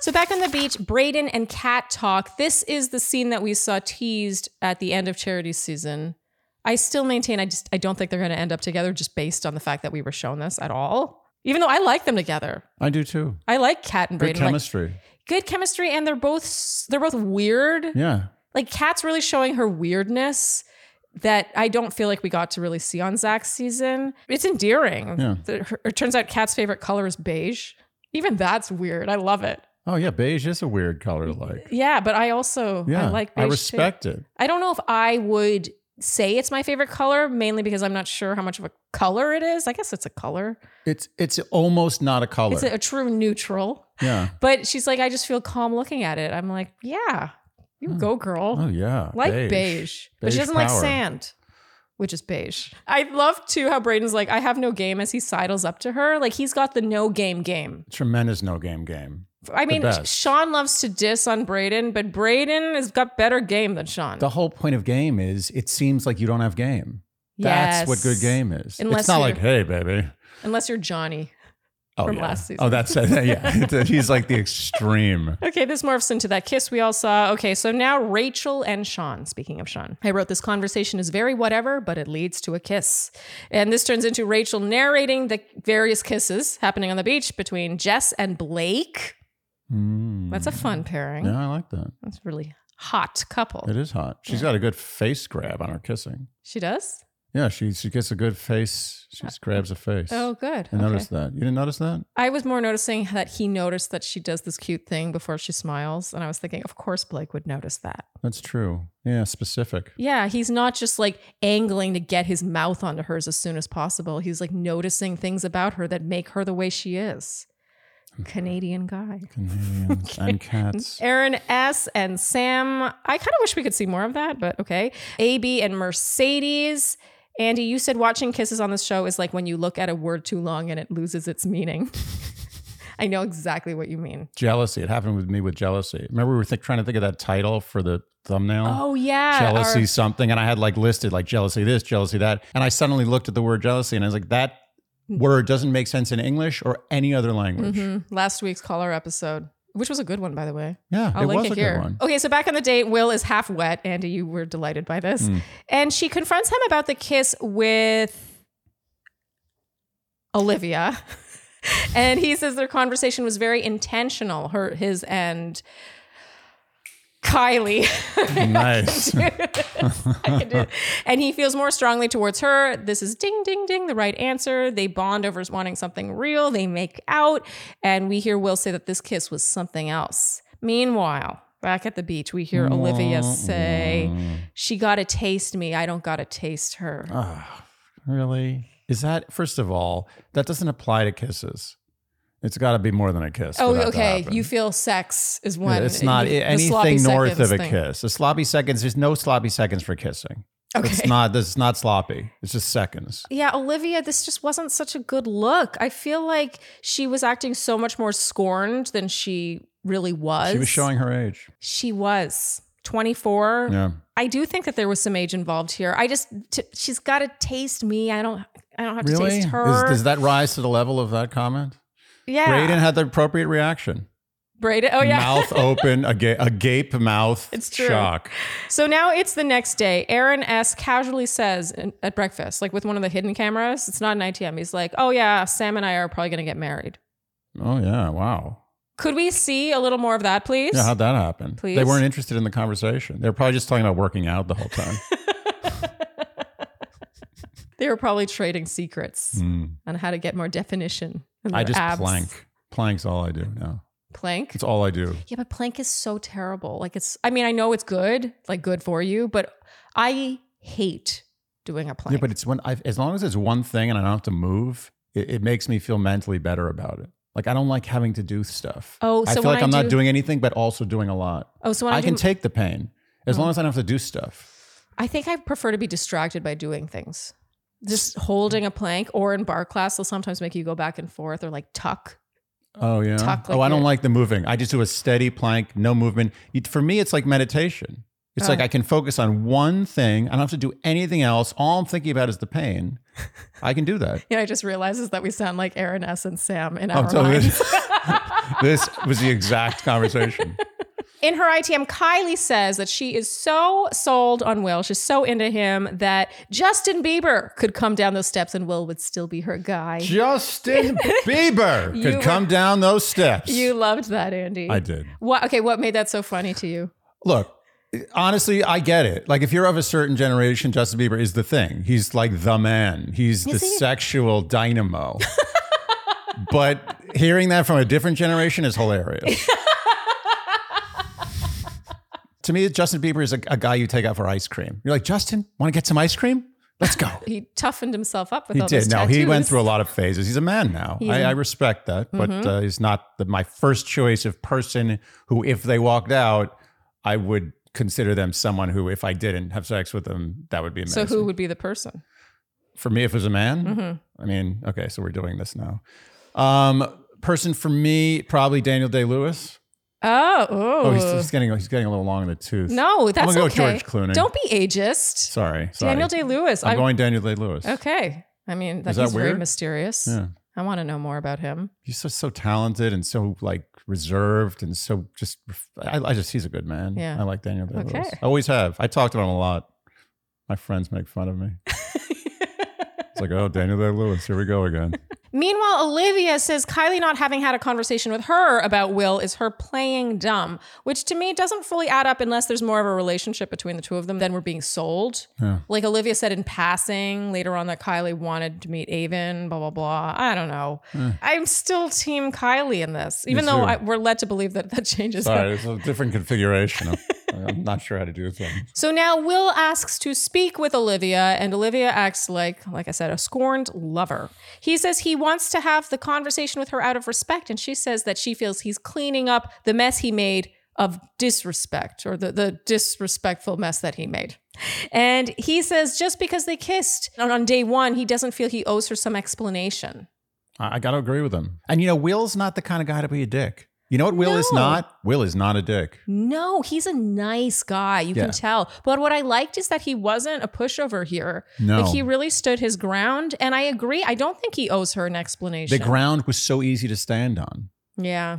Speaker 3: so back on the beach braden and kat talk this is the scene that we saw teased at the end of charity season i still maintain i just i don't think they're going to end up together just based on the fact that we were shown this at all even though i like them together
Speaker 2: I do too.
Speaker 3: i like kat and
Speaker 2: Good
Speaker 3: braden like,
Speaker 2: chemistry.
Speaker 3: good chemistry and they're both s- they're both weird
Speaker 2: yeah.
Speaker 3: like Kat's really showing her weirdness that I don't feel like we got to really see on Zach's season. It's endearing.
Speaker 2: Yeah.
Speaker 3: The- her- it turns out Kat's favorite color is beige. Even that's weird. I love it.
Speaker 2: Oh yeah, beige is a weird color to like.
Speaker 3: Yeah, but I also
Speaker 2: Yeah.
Speaker 3: I like beige.
Speaker 2: I
Speaker 3: too.
Speaker 2: respect it.
Speaker 3: I don't know if I would say it's my favorite color, mainly because I'm not sure how much of a color it is. I guess it's a color.
Speaker 2: It's it's almost not a color.
Speaker 3: It's a, a true neutral.
Speaker 2: yeah.
Speaker 3: But she's like, I just feel calm looking at it. I'm like, yeah, you go, girl.
Speaker 2: Oh yeah.
Speaker 3: like beige, but she doesn't like sand, which is beige. I love too how Braden's like, I have no game as he sidles up to her. Like he's got the no game game.
Speaker 2: Tremendous no game game.
Speaker 3: I mean,
Speaker 2: best.
Speaker 3: Sean loves to diss on Braden, but Braden has got better game than Sean.
Speaker 2: The whole point of game is it seems like you don't have game. That's what good
Speaker 3: Yes.
Speaker 2: game is.
Speaker 3: Unless
Speaker 2: it's not
Speaker 3: you're-
Speaker 2: like, hey, baby.
Speaker 3: Unless you're Johnny.
Speaker 2: Oh,
Speaker 3: From
Speaker 2: yeah.
Speaker 3: last season.
Speaker 2: Oh, that's yeah. He's like the extreme.
Speaker 3: Okay, this morphs into that kiss we all saw. Okay, so now Rachel and Sean. Speaking of Sean, I wrote this conversation is very whatever, but it leads to a kiss. And this turns into Rachel narrating the various kisses happening on the beach between Jess and Blake.
Speaker 2: Mm.
Speaker 3: That's a fun pairing.
Speaker 2: Yeah, I like that.
Speaker 3: That's a really hot couple.
Speaker 2: It is hot. She's got a good face grab on her kissing.
Speaker 3: She does?
Speaker 2: Yeah, she she gets a good face. She just grabs a face.
Speaker 3: Oh, good.
Speaker 2: I
Speaker 3: Okay.
Speaker 2: noticed that. You didn't notice that?
Speaker 3: I was more noticing that he noticed that she does this cute thing before she smiles. And I was thinking, of course, Blake would notice that.
Speaker 2: That's true. Yeah, specific.
Speaker 3: Yeah, he's not just like angling to get his mouth onto hers as soon as possible. He's like noticing things about her that make her the way she is. Canadian guy.
Speaker 2: Canadians and cats.
Speaker 3: Aaron S. and Sam. I kind of wish we could see more of that, but okay. AB and Mercedes. Andy, you said watching kisses on this show is like when you look at a word too long and it loses its meaning. I know exactly what you mean.
Speaker 2: Jealousy. It happened with me with jealousy. Remember, we were think trying to think of that title for the thumbnail.
Speaker 3: Oh, yeah.
Speaker 2: jealousy
Speaker 3: Our-
Speaker 2: something and i had like listed like jealousy this jealousy that and i suddenly looked at the word jealousy and i was like that
Speaker 3: Mm.
Speaker 2: word doesn't make sense in english or any other language
Speaker 3: Mhm. Last week's caller episode, which was a good one, by the way.
Speaker 2: yeah
Speaker 3: I'll
Speaker 2: it
Speaker 3: link
Speaker 2: was
Speaker 3: it
Speaker 2: a
Speaker 3: here.
Speaker 2: good one
Speaker 3: Okay, so back on the date, Will is half wet. Andy, you were delighted by this.
Speaker 2: Hmm.
Speaker 3: And she confronts him about the kiss with Olivia. and he says their conversation was very intentional, her his and Kylie.
Speaker 2: nice
Speaker 3: I can do it. And he feels more strongly towards her. This is ding, ding, ding, the right answer. They bond over wanting something real. They make out. And we hear Will say that this kiss was something else. Meanwhile, back at the beach, we hear Olivia say, She got to taste me. I don't got to taste her.
Speaker 2: Ah, really is that first of all that doesn't apply to kisses it's got to be more than a kiss for
Speaker 3: oh,
Speaker 2: that to
Speaker 3: okay.
Speaker 2: happen.
Speaker 3: You feel sex is
Speaker 2: Yeah,
Speaker 3: one.
Speaker 2: it's not
Speaker 3: The sloppy
Speaker 2: anything north
Speaker 3: seconds
Speaker 2: of a
Speaker 3: thing.
Speaker 2: kiss. A sloppy seconds. There's no sloppy seconds for kissing.
Speaker 3: Okay.
Speaker 2: It's not. This is not sloppy. It's just seconds.
Speaker 3: Yeah, Olivia, this just wasn't such a good look. I feel like she was acting so much more scorned than she really was.
Speaker 2: She was showing her age.
Speaker 3: She was 24.
Speaker 2: Yeah.
Speaker 3: I do think that there was some age involved here. I just t- she's got to taste me. I don't I don't have to
Speaker 2: Really?
Speaker 3: taste
Speaker 2: Is-
Speaker 3: her.
Speaker 2: does that rise to the level of that comment?
Speaker 3: yeah.
Speaker 2: Braden had the appropriate reaction.
Speaker 3: Braden. Oh yeah.
Speaker 2: Mouth open, a, ga- a gape mouth.
Speaker 3: It's true.
Speaker 2: Shock.
Speaker 3: So now it's the next day. Aaron S. casually says in- at breakfast, like with one of the hidden cameras, it's not an ITM. He's like, oh, yeah, Sam and I are probably going to get married.
Speaker 2: Oh, yeah. Wow.
Speaker 3: Could we see a little more of that, please?
Speaker 2: Yeah, how'd that happen?
Speaker 3: Please.
Speaker 2: They weren't interested in the conversation. They were probably just talking about working out the whole time.
Speaker 3: they were probably trading secrets
Speaker 2: Hmm.
Speaker 3: on how to get more definition. in
Speaker 2: I
Speaker 3: their
Speaker 2: just
Speaker 3: abs.
Speaker 2: plank. Plank's all I do now.
Speaker 3: Plank?
Speaker 2: It's all I do.
Speaker 3: Yeah, but plank is so terrible. Like it's I mean, I know it's good, like good for you, but I hate doing a plank.
Speaker 2: Yeah, but it's when I, as long as it's one thing and I don't have to move, it, it makes me feel mentally better about it. Like I don't like having to do stuff.
Speaker 3: Oh,
Speaker 2: I
Speaker 3: so
Speaker 2: feel
Speaker 3: when
Speaker 2: like
Speaker 3: I
Speaker 2: I'm
Speaker 3: do-
Speaker 2: not doing anything, but also doing a lot.
Speaker 3: oh, so when I,
Speaker 2: I can
Speaker 3: do, Mm.
Speaker 2: take the pain as long as I don't have to do stuff.
Speaker 3: I think I prefer to be distracted by doing things. Just holding a plank or in bar class, they'll sometimes make you go back and forth or like tuck.
Speaker 2: Oh yeah.
Speaker 3: tuck
Speaker 2: oh,
Speaker 3: like
Speaker 2: I don't
Speaker 3: it.
Speaker 2: like the moving. I just do a steady plank, no movement. It- For me, it's like meditation. It's
Speaker 3: Uh.
Speaker 2: like I can focus on one thing. I don't have to do anything else. All I'm thinking about is the pain. I can do that.
Speaker 3: Yeah, I just realized is that we sound like Aaron S and Sam in
Speaker 2: I'm
Speaker 3: our
Speaker 2: telling you.
Speaker 3: minds.
Speaker 2: This was the exact conversation.
Speaker 3: In her ITM, Kylie says that she is so sold on Will, she's so into him that Justin Bieber could come down those steps and Will would still be her guy.
Speaker 2: Justin Bieber
Speaker 3: You
Speaker 2: could
Speaker 3: were-
Speaker 2: come down those steps.
Speaker 3: You loved that, Andy.
Speaker 2: I did.
Speaker 3: What? Okay, what made that so funny to you?
Speaker 2: Look, honestly, I get it. Like, if you're of a certain generation, Justin Bieber is the thing. He's like the man, he's the sexual dynamo. but hearing that from a different generation is hilarious. to me, Justin Bieber is a, a guy you take out for ice cream. You're like, Justin, want to get some ice cream? Let's go.
Speaker 3: He toughened himself up with
Speaker 2: He
Speaker 3: all
Speaker 2: did.
Speaker 3: those
Speaker 2: No,
Speaker 3: tattoos. Mm-hmm.
Speaker 2: he went through a lot of phases. He's a man now.
Speaker 3: He's
Speaker 2: I,
Speaker 3: a-
Speaker 2: I respect that, but uh, he's not the, my first choice of person who, if they walked out, I would consider them someone who, if I didn't have sex with them, that would be
Speaker 3: So
Speaker 2: amazing.
Speaker 3: who would Mm-hmm. be the person?
Speaker 2: for me, if it was a man, I mean, okay, so we're doing this now. Um, person for me, probably Daniel Day Lewis.
Speaker 3: Oh,
Speaker 2: Oh, he's, he's getting he's getting a little long in the tooth.
Speaker 3: no, that's
Speaker 2: I'm gonna go with
Speaker 3: okay.
Speaker 2: George Clooney.
Speaker 3: Don't be ageist.
Speaker 2: sorry, sorry.
Speaker 3: Daniel Day Lewis.
Speaker 2: I'm going Daniel Day Lewis.
Speaker 3: Okay. I mean, that,
Speaker 2: Is that
Speaker 3: he's very
Speaker 2: weird?
Speaker 3: mysterious.
Speaker 2: Yeah.
Speaker 3: I want to know more about him.
Speaker 2: he's so so talented and so like reserved and so just I, I just he's a good man.
Speaker 3: Yeah.
Speaker 2: I like Daniel Day Lewis.
Speaker 3: Okay.
Speaker 2: I always have. I talked about him a lot. My friends make fun of me. it's like, oh, Daniel Day Lewis, here we go again.
Speaker 3: Meanwhile, Olivia says Kylie not having had a conversation with her about Will is her playing dumb, which to me doesn't fully add up unless there's more of a relationship between the two of them than we're being sold. Like Olivia said in passing later on that Kylie wanted to meet Avon, blah, blah, blah. I don't know. I'm still team Kylie in this, even though
Speaker 2: too.
Speaker 3: I, we're led to believe that that changes.
Speaker 2: Sorry, it's a different configuration. I'm, I'm not sure how to do this one.
Speaker 3: So now Will asks to speak with Olivia, and Olivia acts like, like I said, a scorned lover. He says he wants to have the conversation with her out of respect, and she says that she feels he's cleaning up the mess he made of disrespect or the, the disrespectful mess that he made. And he says just because they kissed on, on day one, he doesn't feel he owes her some explanation.
Speaker 2: I, I got to agree with him. And you know, Will's not the kind of guy to be a dick. You know what Will is
Speaker 3: No.
Speaker 2: not? Will is not a dick.
Speaker 3: No, he's a nice guy. You
Speaker 2: Yeah.
Speaker 3: can tell. But what I liked is that he wasn't a pushover here.
Speaker 2: No.
Speaker 3: Like he really stood his ground. And I agree. I don't think he owes her an
Speaker 2: The
Speaker 3: explanation.
Speaker 2: ground was so easy to stand on.
Speaker 3: yeah.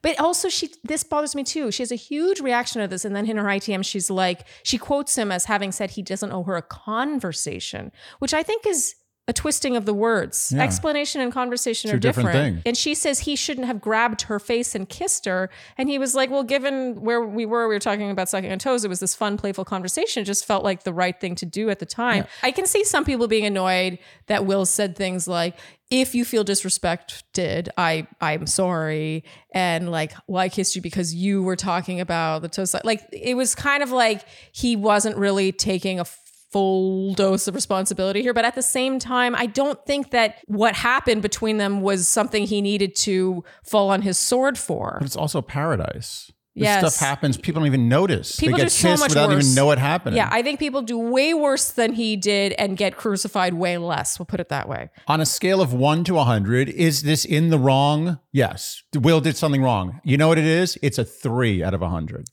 Speaker 3: But also she this bothers me too. She has a huge reaction to this. And then in her ITM, she's like, she quotes him as having said he doesn't owe her a conversation, which I think is a twisting of the words.
Speaker 2: Yeah.
Speaker 3: Explanation and conversation
Speaker 2: Two
Speaker 3: are different.
Speaker 2: different things.
Speaker 3: And she says he shouldn't have grabbed her face and kissed her. And he was like, Well, given where we were, we were talking about sucking on toes. It was this fun, playful conversation. It just felt like the right thing to do at the time. I can see some people being annoyed that Will said things like, if you feel disrespected, I I'm sorry, and like, well, I kissed you because you were talking about the toast. Like, it was kind of like he wasn't really taking a full dose of responsibility here. But at the same time, I don't think that what happened between them was something he needed to fall on his sword for.
Speaker 2: But it's also paradise. This
Speaker 3: Yes.
Speaker 2: stuff happens. People don't even notice.
Speaker 3: People
Speaker 2: they
Speaker 3: do
Speaker 2: get
Speaker 3: so
Speaker 2: kissed
Speaker 3: much
Speaker 2: without
Speaker 3: worse.
Speaker 2: even know it happened.
Speaker 3: Yeah, I think people do way worse than he did and get crucified way less. We'll put it that way.
Speaker 2: On a scale of one to 100, is this in the wrong? Yes. Will did something wrong. You know what it is? It's a three out of 100.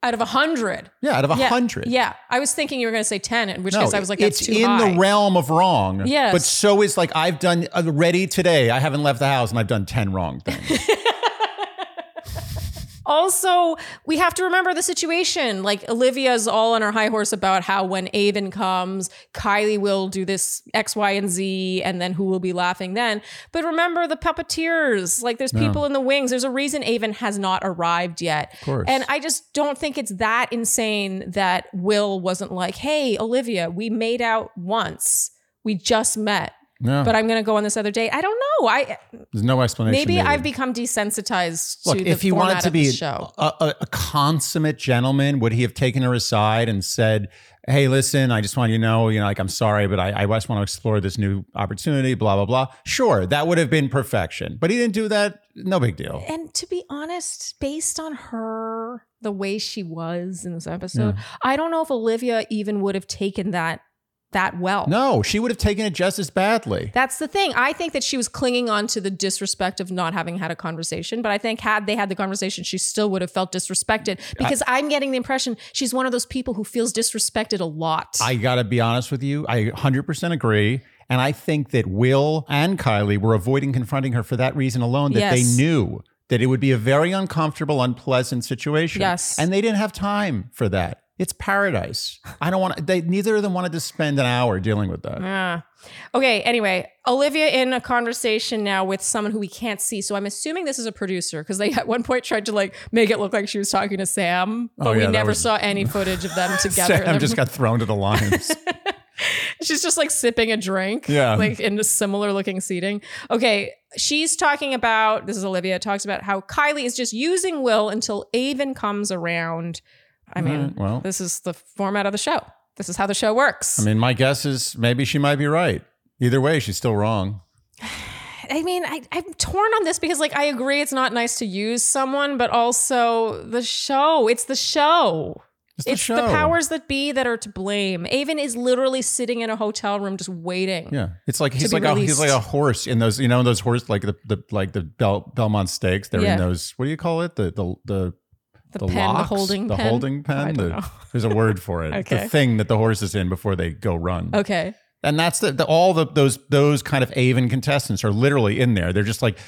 Speaker 3: Out of a hundred.
Speaker 2: Yeah, out of a
Speaker 3: Yeah,
Speaker 2: 100.
Speaker 3: Yeah, I was thinking you were going to say ten, in which
Speaker 2: No,
Speaker 3: case I was like, that's
Speaker 2: it's
Speaker 3: too
Speaker 2: in
Speaker 3: high.
Speaker 2: the realm of wrong.
Speaker 3: Yes.
Speaker 2: But so is like, I've done already today, I haven't left the house and I've done 10 wrong things.
Speaker 3: Also, we have to remember the situation. Like Olivia's all on her high horse about how when Avon comes, Kylie will do this X, Y, and Z, and then who will be laughing then. But remember the puppeteers. Like there's people in the wings. There's a reason Avon has not arrived yet. Of
Speaker 2: course.
Speaker 3: And I just don't think it's that insane that Will wasn't like, hey, Olivia, we made out once. We just met.
Speaker 2: No,
Speaker 3: But I'm gonna go on this other date. I don't know. I
Speaker 2: there's no explanation.
Speaker 3: maybe
Speaker 2: needed.
Speaker 3: I've become desensitized
Speaker 2: Look,
Speaker 3: to the
Speaker 2: if he
Speaker 3: format
Speaker 2: wanted to
Speaker 3: of the
Speaker 2: be
Speaker 3: show.
Speaker 2: A, a, a consummate gentleman, would he have taken her aside and said, "Hey, listen, I just want you to know, you know, like I'm sorry, but I, I just want to explore this new opportunity." Blah blah blah. Sure, that would have been perfection, but he didn't do that. No big deal.
Speaker 3: And to be honest, based on her, the way she was in this episode, I don't know if Olivia even would have taken that that well.
Speaker 2: No, she would have taken it just as badly.
Speaker 3: That's the thing. I think that she was clinging on to the disrespect of not having had a conversation, but I think had they had the conversation, she still would have felt disrespected because I, am getting the impression she's one of those people who feels disrespected a lot.
Speaker 2: I gotta be honest with you. I 100% agree. And I think that Will and Kylie were avoiding confronting her for that reason alone, that
Speaker 3: Yes.
Speaker 2: they knew that it would be a very uncomfortable, unpleasant situation.
Speaker 3: Yes.
Speaker 2: And they didn't have time for that. It's paradise. I don't want they neither of them wanted to spend an hour dealing with that.
Speaker 3: Ah. Okay, anyway, Olivia in a conversation now with someone who we can't see. So I'm assuming this is a producer because they at one point tried to like make it look like she was talking to Sam, but
Speaker 2: Oh, yeah,
Speaker 3: we
Speaker 2: that
Speaker 3: never
Speaker 2: was-
Speaker 3: saw any footage of them together.
Speaker 2: Sam just got thrown to the lions.
Speaker 3: She's just like sipping a drink,
Speaker 2: Yeah.
Speaker 3: like in a similar looking seating. Okay, she's talking about this is Olivia talks about how Kylie is just using Will until Avon comes around. I mean,
Speaker 2: Alright, Mm-hmm, well.
Speaker 3: this is the format of the show. This is how the show works.
Speaker 2: I mean, my guess is maybe she might be right. Either way, she's still wrong.
Speaker 3: I mean, I, I'm torn on this because, like, I agree it's not nice to use someone, but also the show. It's the show.
Speaker 2: It's the
Speaker 3: It's
Speaker 2: show.
Speaker 3: the powers that be that are to blame. Avon is literally sitting in a hotel room just waiting.
Speaker 2: Yeah, it's like he's
Speaker 3: be
Speaker 2: like a, he's
Speaker 3: released.
Speaker 2: like a horse in those you know those horse like the, the like the Bel, Belmont stakes. They're
Speaker 3: Yeah.
Speaker 2: in those what do you call it the the the
Speaker 3: The,
Speaker 2: the
Speaker 3: pen,
Speaker 2: locks,
Speaker 3: the holding
Speaker 2: the
Speaker 3: pen.
Speaker 2: holding pen.
Speaker 3: I don't
Speaker 2: the-
Speaker 3: know.
Speaker 2: There's a word for it.
Speaker 3: Okay.
Speaker 2: The thing that the horse is in before they go run.
Speaker 3: Okay.
Speaker 2: And that's the, the all the those those kind of Avon contestants are literally in there. They're just like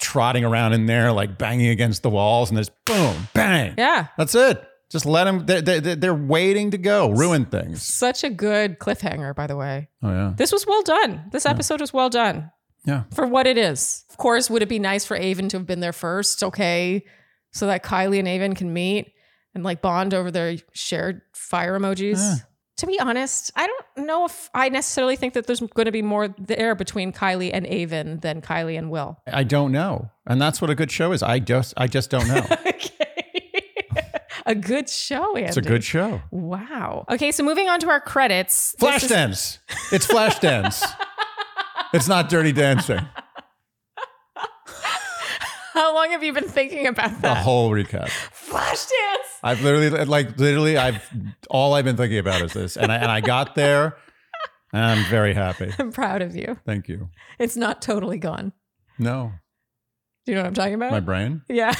Speaker 2: trotting around in there, like banging against the walls, and there's boom, bang.
Speaker 3: Yeah.
Speaker 2: that's it. Just let them. They're, they're, they're waiting to go ruin things.
Speaker 3: Such a good cliffhanger, by the way.
Speaker 2: Oh yeah.
Speaker 3: This was well done. This episode was well done.
Speaker 2: Yeah.
Speaker 3: for what it is. Of course, would it be nice for Avon to have been there first? Okay. So that Kylie and Avon can meet and like bond over their shared fire emojis.
Speaker 2: Yeah.
Speaker 3: To be honest, I don't know if I necessarily think that there's going to be more there between Kylie and Avon than Kylie and Will.
Speaker 2: I don't know. And that's what a good show is. I just I just don't know.
Speaker 3: Okay. a good show, Andy.
Speaker 2: it's a good show.
Speaker 3: Wow. Okay, so moving on to our credits. This is-
Speaker 2: Flashdance. It's Flashdance. it's not Dirty Dancing.
Speaker 3: How long have you been thinking about
Speaker 2: The
Speaker 3: that?
Speaker 2: whole recap.
Speaker 3: Flashdance.
Speaker 2: I've literally like literally I've all I've been thinking about is this, and I and I got there, and I'm very happy.
Speaker 3: I'm proud of you.
Speaker 2: Thank you.
Speaker 3: It's not totally gone.
Speaker 2: No,
Speaker 3: Do you know what I'm talking about?
Speaker 2: my brain.
Speaker 3: Yeah.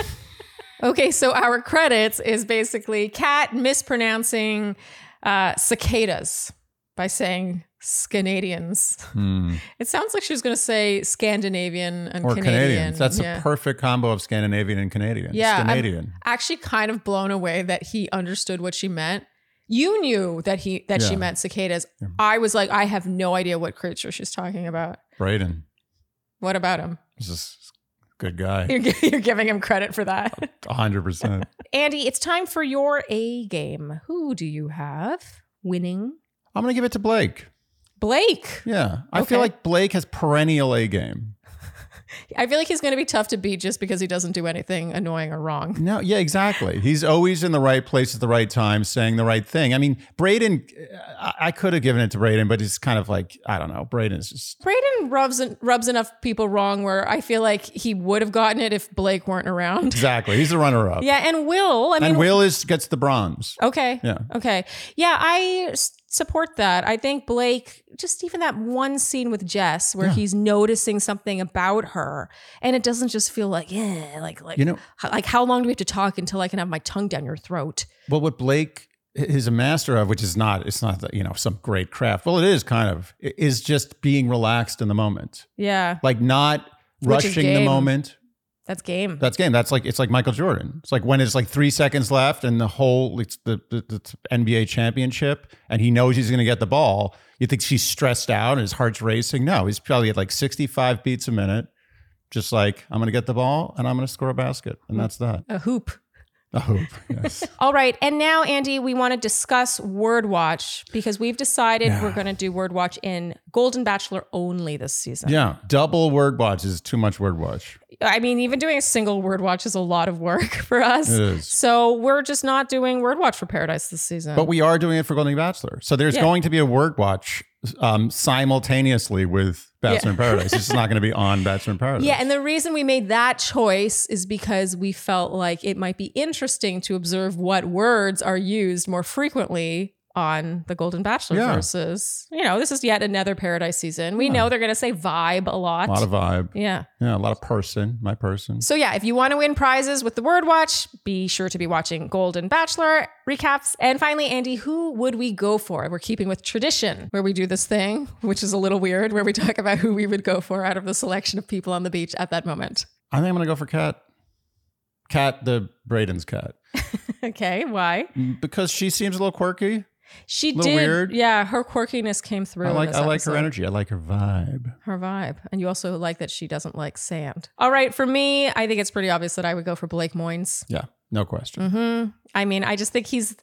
Speaker 3: okay, so our credits is basically Kat mispronouncing uh, cicadas by saying Scanadians.
Speaker 2: Hmm.
Speaker 3: It sounds like she was going to say Scandinavian and
Speaker 2: Or
Speaker 3: Canadian.
Speaker 2: Canadians. That's
Speaker 3: Yeah.
Speaker 2: a perfect combo of Scandinavian and Canadian.
Speaker 3: Yeah, I'm-
Speaker 2: Canadian.
Speaker 3: actually kind of blown away that he understood what she meant. You knew that he that she
Speaker 2: Yeah.
Speaker 3: meant cicadas. I was like, I have no idea what creature she's talking about.
Speaker 2: Braden
Speaker 3: What about him?
Speaker 2: is just a good guy.
Speaker 3: You're, gi- you're giving him credit for that.
Speaker 2: hundred percent.
Speaker 3: Andy, it's time for your A game. Who do you have winning?
Speaker 2: I'm gonna give it to Blake.
Speaker 3: Blake.
Speaker 2: Yeah. I feel
Speaker 3: Okay.
Speaker 2: like Blake has perennial A game.
Speaker 3: I feel like he's going to be tough to beat just because he doesn't do anything annoying or wrong.
Speaker 2: No, yeah, exactly. He's always in the right place at the right time, saying the right thing. I mean, Braden, I, I could have given it to Braden, but it's kind of like I don't know. Braden's just
Speaker 3: Braden rubs rubs enough people wrong where I feel like he would have gotten it if Blake weren't around.
Speaker 2: exactly. He's the runner-up.
Speaker 3: Yeah, and Will. I mean,
Speaker 2: and Will is gets the bronze.
Speaker 3: Okay.
Speaker 2: Yeah.
Speaker 3: Okay. Yeah, I s- support that. I think Blake, just even that one scene with Jess where he's noticing something about her, and it doesn't just feel like yeah, like like
Speaker 2: You know-
Speaker 3: h- like how long do we have to talk until I can have my tongue down your throat?
Speaker 2: Well, what Blake is a master of, which is not, it's not you know some great craft. Well, it is kind of i- is just being relaxed in the moment,
Speaker 3: Yeah,
Speaker 2: like not
Speaker 3: Which is
Speaker 2: rushing the
Speaker 3: game.
Speaker 2: moment.
Speaker 3: that's game.
Speaker 2: That's game. That's like it's like Michael Jordan. It's like when it's like three seconds left and the whole it's the, the, the NBA championship and he knows he's going to get the ball. You think she's stressed out and his heart's racing? No, he's probably at like sixty five beats a minute. Just like I'm going to get the ball and I'm going to score a basket and that's that.
Speaker 3: A hoop.
Speaker 2: I
Speaker 3: Oh,
Speaker 2: hope. Yes.
Speaker 3: All right. And now, Andy, we want to discuss Word Watch because we've decided
Speaker 2: Yeah.
Speaker 3: we're going to do Word Watch in Golden Bachelor only this season.
Speaker 2: yeah, double word watch is too much word watch.
Speaker 3: I mean, even doing a single word watch is a lot of work for us.
Speaker 2: It is.
Speaker 3: So we're just not doing word watch for Paradise this season.
Speaker 2: But we are doing it for Golden Bachelor. So there's
Speaker 3: Yeah.
Speaker 2: going to be a word watch um, simultaneously with Bachelor in Paradise. This is not going to be on Bachelor in Paradise.
Speaker 3: yeah, and the reason we made that choice is because we felt like it might be interesting to observe what words are used more frequently on the Golden Bachelor
Speaker 2: Yeah.
Speaker 3: versus, you know, this is yet another Paradise season. We know they're going to say vibe a lot.
Speaker 2: a lot of vibe.
Speaker 3: yeah.
Speaker 2: Yeah, a lot of person, my person.
Speaker 3: So yeah, if you want to win prizes with the word watch, be sure to be watching Golden Bachelor recaps. And finally, Andy, who would we go for? We're keeping with tradition where we do this thing, which is a little weird, where we talk about who we would go for out of the selection of people on the beach at that moment.
Speaker 2: I think I'm gonna go for Kat. Kat, the Braden's cat,
Speaker 3: Okay, why?
Speaker 2: because she seems a little quirky.
Speaker 3: She
Speaker 2: Little
Speaker 3: did.
Speaker 2: weird.
Speaker 3: Yeah, her quirkiness came through.
Speaker 2: I
Speaker 3: in
Speaker 2: like
Speaker 3: this
Speaker 2: I like
Speaker 3: episode.
Speaker 2: her energy. I like her vibe.
Speaker 3: her vibe. And you also like that she doesn't like sand. All right, for me, I think it's pretty obvious that I would go for Blake Moynes.
Speaker 2: Yeah, no question.
Speaker 3: hmm I mean, I just think he's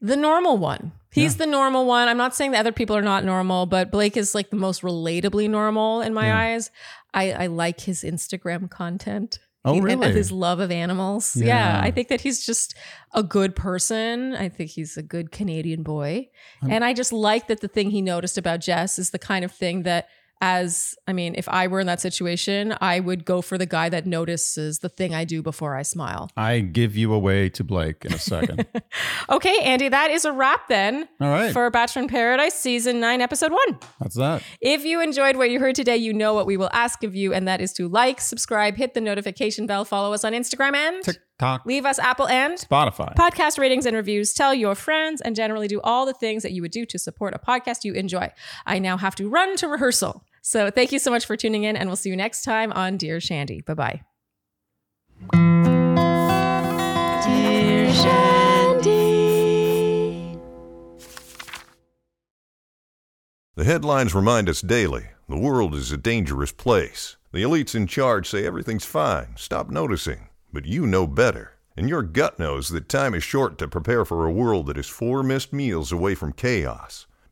Speaker 3: the normal one. He's the normal one. I'm not saying the other people are not normal, but Blake is like the most relatably normal in my
Speaker 2: Yeah.
Speaker 3: eyes. I, I like his Instagram content.
Speaker 2: Oh,
Speaker 3: He- and-
Speaker 2: really?
Speaker 3: And his love of animals. Yeah.
Speaker 2: Yeah.
Speaker 3: I think that he's just a good person. I think he's a good Canadian boy.
Speaker 2: I'm-
Speaker 3: and I just like that the thing he noticed about Jess is the kind of thing that, as I mean, if I were in that situation, I would go for the guy that notices the thing I do before I smile.
Speaker 2: I give you away to Blake in a second.
Speaker 3: Okay, Andy, that is a wrap then
Speaker 2: All right,
Speaker 3: for Bachelor in Paradise Season 9, Episode 1.
Speaker 2: that's that.
Speaker 3: If you enjoyed what you heard today, you know what we will ask of you, and that is to like, subscribe, hit the notification bell, follow us on Instagram, and
Speaker 2: Tick tock.
Speaker 3: leave us Apple and
Speaker 2: Spotify.
Speaker 3: podcast ratings and reviews. Tell your friends and generally do all the things that you would do to support a podcast you enjoy. I now have to run to rehearsal. So thank you so much for tuning in, and we'll see you next time on Dear Shandy. Bye bye. Dear Shandy.
Speaker 4: The The headlines remind us daily the world is a dangerous place. The elites in charge say everything's fine, stop noticing. But you know better. And your gut knows that time is short to prepare for a world that is four missed meals away from chaos.